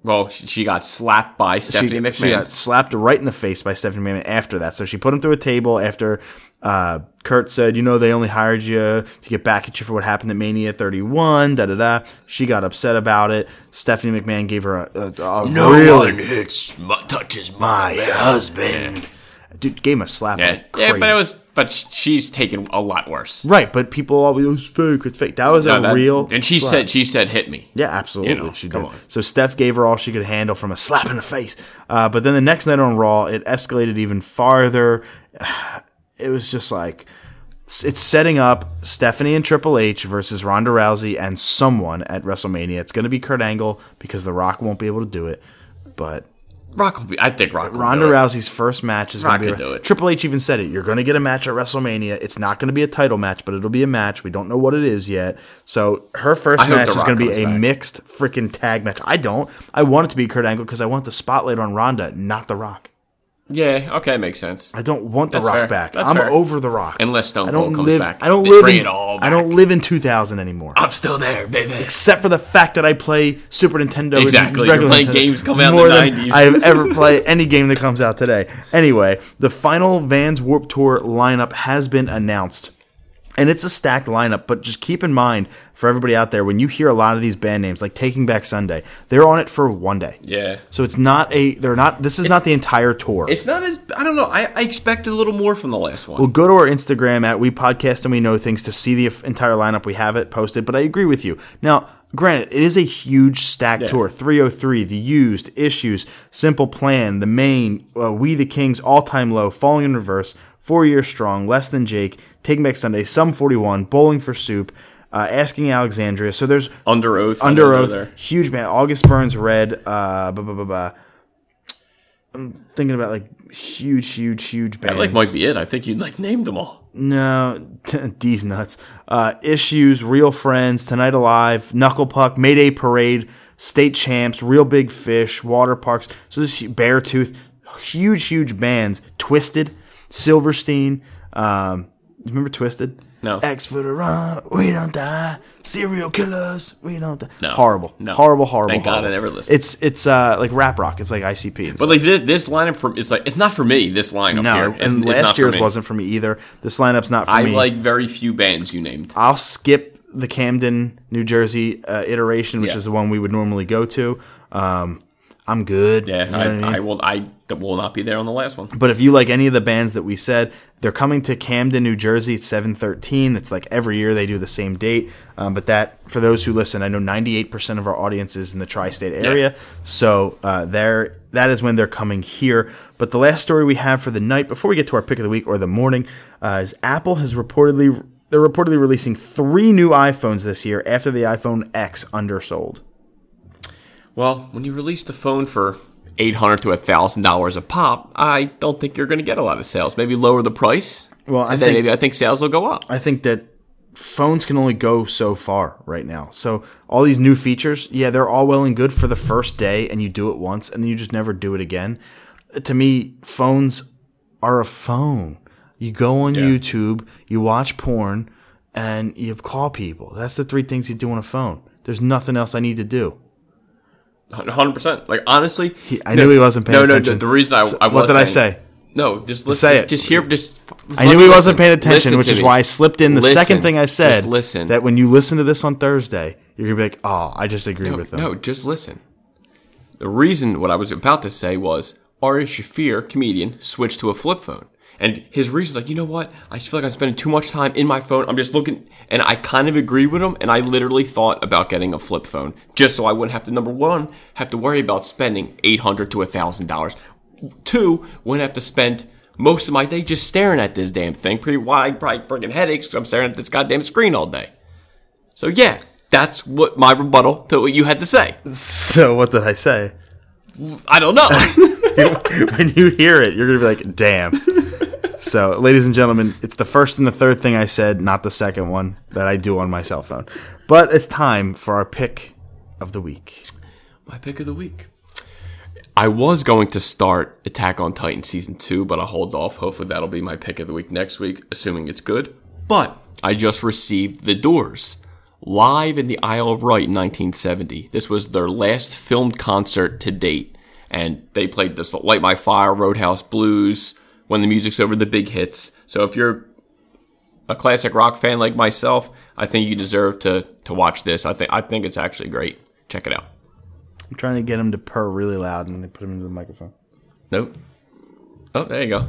Speaker 4: Well, she, she got slapped by Stephanie McMahon.
Speaker 3: she got slapped right in the face by Stephanie McMahon after that. So she put him through a table after uh, Kurt said, "You know, they only hired you to get back at you for what happened at Mania 31." Da da da. She got upset about it. Stephanie McMahon gave her a, a, a really
Speaker 4: hits my, touches
Speaker 3: my husband. Dude gave him a slap.
Speaker 4: Yeah,
Speaker 3: like
Speaker 4: yeah, but
Speaker 3: crazy.
Speaker 4: it was. But sh- she's taken a lot worse.
Speaker 3: right. But people always it was fake. It's fake. That was
Speaker 4: No,
Speaker 3: a
Speaker 4: that-
Speaker 3: real.
Speaker 4: And she
Speaker 3: slap.
Speaker 4: said, she said, hit me.
Speaker 3: Yeah, absolutely.
Speaker 4: You know,
Speaker 3: she did.
Speaker 4: come on.
Speaker 3: So Steph gave her all she could handle from a slap in the face. Uh, but then the next night on Raw, it escalated even farther. It was just like it's it's setting up Stephanie and Triple H versus Ronda Rousey and someone at WrestleMania. It's going to be Kurt Angle because The Rock won't be able to do it. But
Speaker 4: Rock will be. I think Rock. will
Speaker 3: Ronda
Speaker 4: do it.
Speaker 3: Rousey's first match is going
Speaker 4: Rock
Speaker 3: to be
Speaker 4: could do it.
Speaker 3: Triple H even said it. You're going to get a match at WrestleMania. It's not going to be a title match, but it'll be a match. We don't know what it is yet. So her first
Speaker 4: I hope
Speaker 3: match
Speaker 4: The
Speaker 3: is
Speaker 4: Rock
Speaker 3: going to be a
Speaker 4: comes back.
Speaker 3: mixed freaking tag match. I don't. I want it to be Kurt Angle because I want the spotlight on Ronda, not The Rock.
Speaker 4: Yeah. Okay, makes sense.
Speaker 3: I don't want The
Speaker 4: That's
Speaker 3: Rock
Speaker 4: fair.
Speaker 3: back.
Speaker 4: That's
Speaker 3: I'm
Speaker 4: fair.
Speaker 3: over The Rock.
Speaker 4: Unless Stone
Speaker 3: I don't
Speaker 4: Cold comes
Speaker 3: live,
Speaker 4: back.
Speaker 3: I don't
Speaker 4: They
Speaker 3: live.
Speaker 4: bring
Speaker 3: in,
Speaker 4: it all
Speaker 3: I don't
Speaker 4: back.
Speaker 3: live in 2000 anymore.
Speaker 4: I'm still there, baby.
Speaker 3: Except for the fact that I play Super Nintendo. and
Speaker 4: Exactly. You're
Speaker 3: regular
Speaker 4: playing
Speaker 3: Nintendo
Speaker 4: games come out in
Speaker 3: more
Speaker 4: the
Speaker 3: than
Speaker 4: 90s.
Speaker 3: I have ever played any game that comes out today. Anyway, the final Vans Warp Tour lineup has been announced. And it's a stacked lineup, but just keep in mind for everybody out there when you hear a lot of these band names, like Taking Back Sunday, they're on it for one day.
Speaker 4: Yeah.
Speaker 3: So it's not a, they're not, this is not the entire tour.
Speaker 4: It's not as I don't know. I, I expected a little more from the last one.
Speaker 3: Well, go to our Instagram at We Podcast and We Know Things to see the f- entire lineup. We have it posted, but I agree with you. Now, granted, it is a huge stack tour 303, The Used, Issues, Simple Plan, The Main, uh, We the Kings, All Time Low, Falling in Reverse, Four Years Strong, Less Than Jake, Taking Back Sunday, Sum 41, Bowling for Soup, uh, Asking Alexandria. So there's
Speaker 4: under oath. I
Speaker 3: Under
Speaker 4: don't know
Speaker 3: Oath,
Speaker 4: there.
Speaker 3: huge band. August Burns, Red, uh, blah, blah, blah, blah. I'm thinking about like huge, huge, huge bands.
Speaker 4: That like might be it. I think you like named them all.
Speaker 3: No, D's nuts. Uh, issues, real friends, tonight alive, knuckle puck, Mayday parade, state champs, real big fish, water parks. So this bear tooth, huge, huge bands. Twisted, Silverstein. Um, remember Twisted?
Speaker 4: No.
Speaker 3: X for the run, we don't die. Serial killers, we don't die.
Speaker 4: No.
Speaker 3: Horrible,
Speaker 4: No.
Speaker 3: horrible, horrible.
Speaker 4: Thank God I
Speaker 3: horrible.
Speaker 4: never listened.
Speaker 3: It's it's uh like rap rock. It's like ICP. It's
Speaker 4: But like this, this lineup for it's like it's not for me. This lineup
Speaker 3: no,
Speaker 4: here.
Speaker 3: and
Speaker 4: It's- it's
Speaker 3: last
Speaker 4: not for
Speaker 3: year's
Speaker 4: me.
Speaker 3: wasn't for me either. This lineup's not for
Speaker 4: I
Speaker 3: me.
Speaker 4: like very few bands you named.
Speaker 3: I'll skip the Camden, New Jersey uh, iteration, which
Speaker 4: Yeah.
Speaker 3: is the one we would normally go to. Um, I'm good.
Speaker 4: Yeah,
Speaker 3: You know what I mean?
Speaker 4: I, I will. I that will not be there on the last one.
Speaker 3: But if you like any of the bands that we said, they're coming to Camden, New Jersey at 713. It's like every year they do the same date. Um, but that, for those who listen, I know 98% of our audience is in the tri state area. So uh, there, that is when they're coming here. But the last story we have for the night, before we get to our pick of the week or the morning, uh, is Apple has reportedly. They're reportedly releasing three new iPhones this year after the iPhone X undersold.
Speaker 4: Well, when you release the phone for eight hundred to thousand dollars a pop, I don't think you're going to get a lot of sales. Maybe lower the price.
Speaker 3: Well, I
Speaker 4: and then
Speaker 3: think-
Speaker 4: maybe I think sales will go up.
Speaker 3: I think that phones can only go so far right now. So all these new features, yeah, they're all well and good for the first day and you do it once and then you just never do it again. To me, phones are a phone. You go on YouTube, you watch porn, and you call people. That's the three things you do on a phone. There's nothing else I need to do.
Speaker 4: hundred percent. Like honestly,
Speaker 3: I knew he wasn't paying
Speaker 4: no, no,
Speaker 3: attention.
Speaker 4: No, the reason I, I was
Speaker 3: what did I
Speaker 4: saying-
Speaker 3: say?
Speaker 4: No, just listen.
Speaker 3: Say
Speaker 4: just,
Speaker 3: it.
Speaker 4: just hear. Just
Speaker 3: I knew he wasn't paying attention, which is why I slipped in the
Speaker 4: Listen.
Speaker 3: second thing I
Speaker 4: Just
Speaker 3: said.
Speaker 4: listen.
Speaker 3: That when you listen to this on Thursday, you're gonna be like, "Oh, I just agree with them."
Speaker 4: No, just listen. The reason what I was about to say was Ari Shafir, comedian, switched to a flip phone. And his reasons, like, you know what? I just feel like I'm spending too much time in my phone. I'm just looking, and I kind of agree with him. And I literally thought about getting a flip phone just so I wouldn't have to number one have to worry about spending eight hundred to thousand dollars. Two, wouldn't have to spend most of my day just staring at this damn thing. Pretty why probably freaking headaches because I'm staring at this goddamn screen all day. So yeah, that's what my rebuttal to what you had to say.
Speaker 3: So what did I say?
Speaker 4: I don't know.
Speaker 3: when you hear it, you're gonna be like, "Damn." so, ladies and gentlemen, it's the first and the third thing I said, not the second one that I do on my cell phone. But it's time for our pick of the week.
Speaker 4: my pick of the week. I was going to start Attack on Titan season two, but I'll hold off. Hopefully, that'll be my pick of the week next week, assuming it's good. But I just received The Doors live in the Isle of Wight in 1970. This was their last filmed concert to date, and they played this Light My Fire, Roadhouse Blues, When the Music's Over, the big hits. So if you're a classic rock fan like myself, I think you deserve to to watch this. I think I think it's actually great. Check it out.
Speaker 3: I'm trying to get him to purr really loud, and they put him into the microphone.
Speaker 4: Nope. Oh, there you go.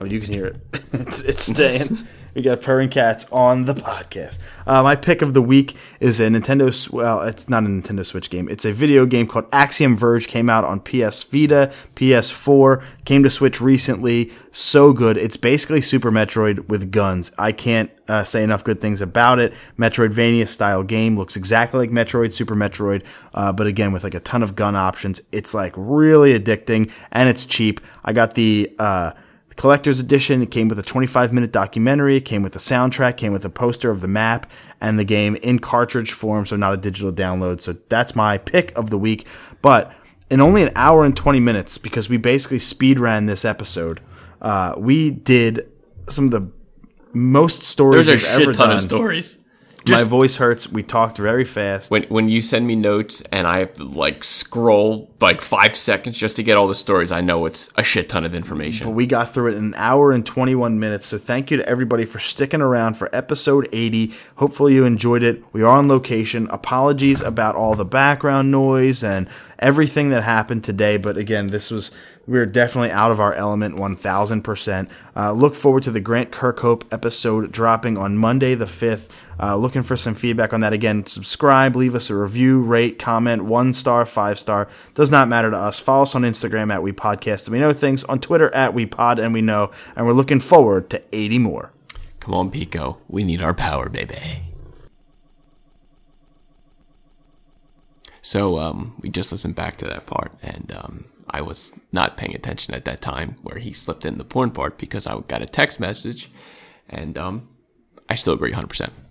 Speaker 3: Oh, you can hear it. it's, it's staying. we got purring cats on the podcast. Uh, my pick of the week is a Nintendo. S- Well, it's not a Nintendo Switch game. It's a video game called Axiom Verge. Came out on PS Vita, PS4. Came to Switch recently. So good. It's basically Super Metroid with guns. I can't uh, say enough good things about it. Metroidvania style game looks exactly like Metroid, Super Metroid, uh, but again with like a ton of gun options. It's like really addicting and it's cheap. I got the. Uh, collector's edition. It came with a 25 minute documentary, it came with a soundtrack, came with a poster of the map and the game in cartridge form, so not a digital download. So that's my pick of the week. But in only an hour and 20 minutes, because we basically speed ran this episode, uh, we did some of the most stories
Speaker 4: There's a
Speaker 3: we've ever
Speaker 4: shit ton
Speaker 3: done.
Speaker 4: of stories.
Speaker 3: my voice hurts. We talked very fast.
Speaker 4: When when you send me notes and I have to like scroll like five seconds just to get all the stories, I know it's a shit ton of information.
Speaker 3: We got through it in an hour and 21 minutes. So thank you to everybody for sticking around for episode 80. Hopefully you enjoyed it. We are on location. Apologies about all the background noise and everything that happened today. But again, this was, we are definitely out of our element 1000%. Uh, look forward to the Grant Kirkhope episode dropping on Monday the 5th. Uh, looking for some feedback on that again. Subscribe, leave us a review, rate, comment, one star, five star. Does not matter to us. Follow us on Instagram at We Podcast and We Know Things, on Twitter at We Pod and We Know, and we're looking forward to 80 more.
Speaker 4: Come on, Pico. We need our power, baby. So um, we just listened back to that part, and um, I was not paying attention at that time where he slipped in the porn part because I got a text message, and um, I still agree 100%.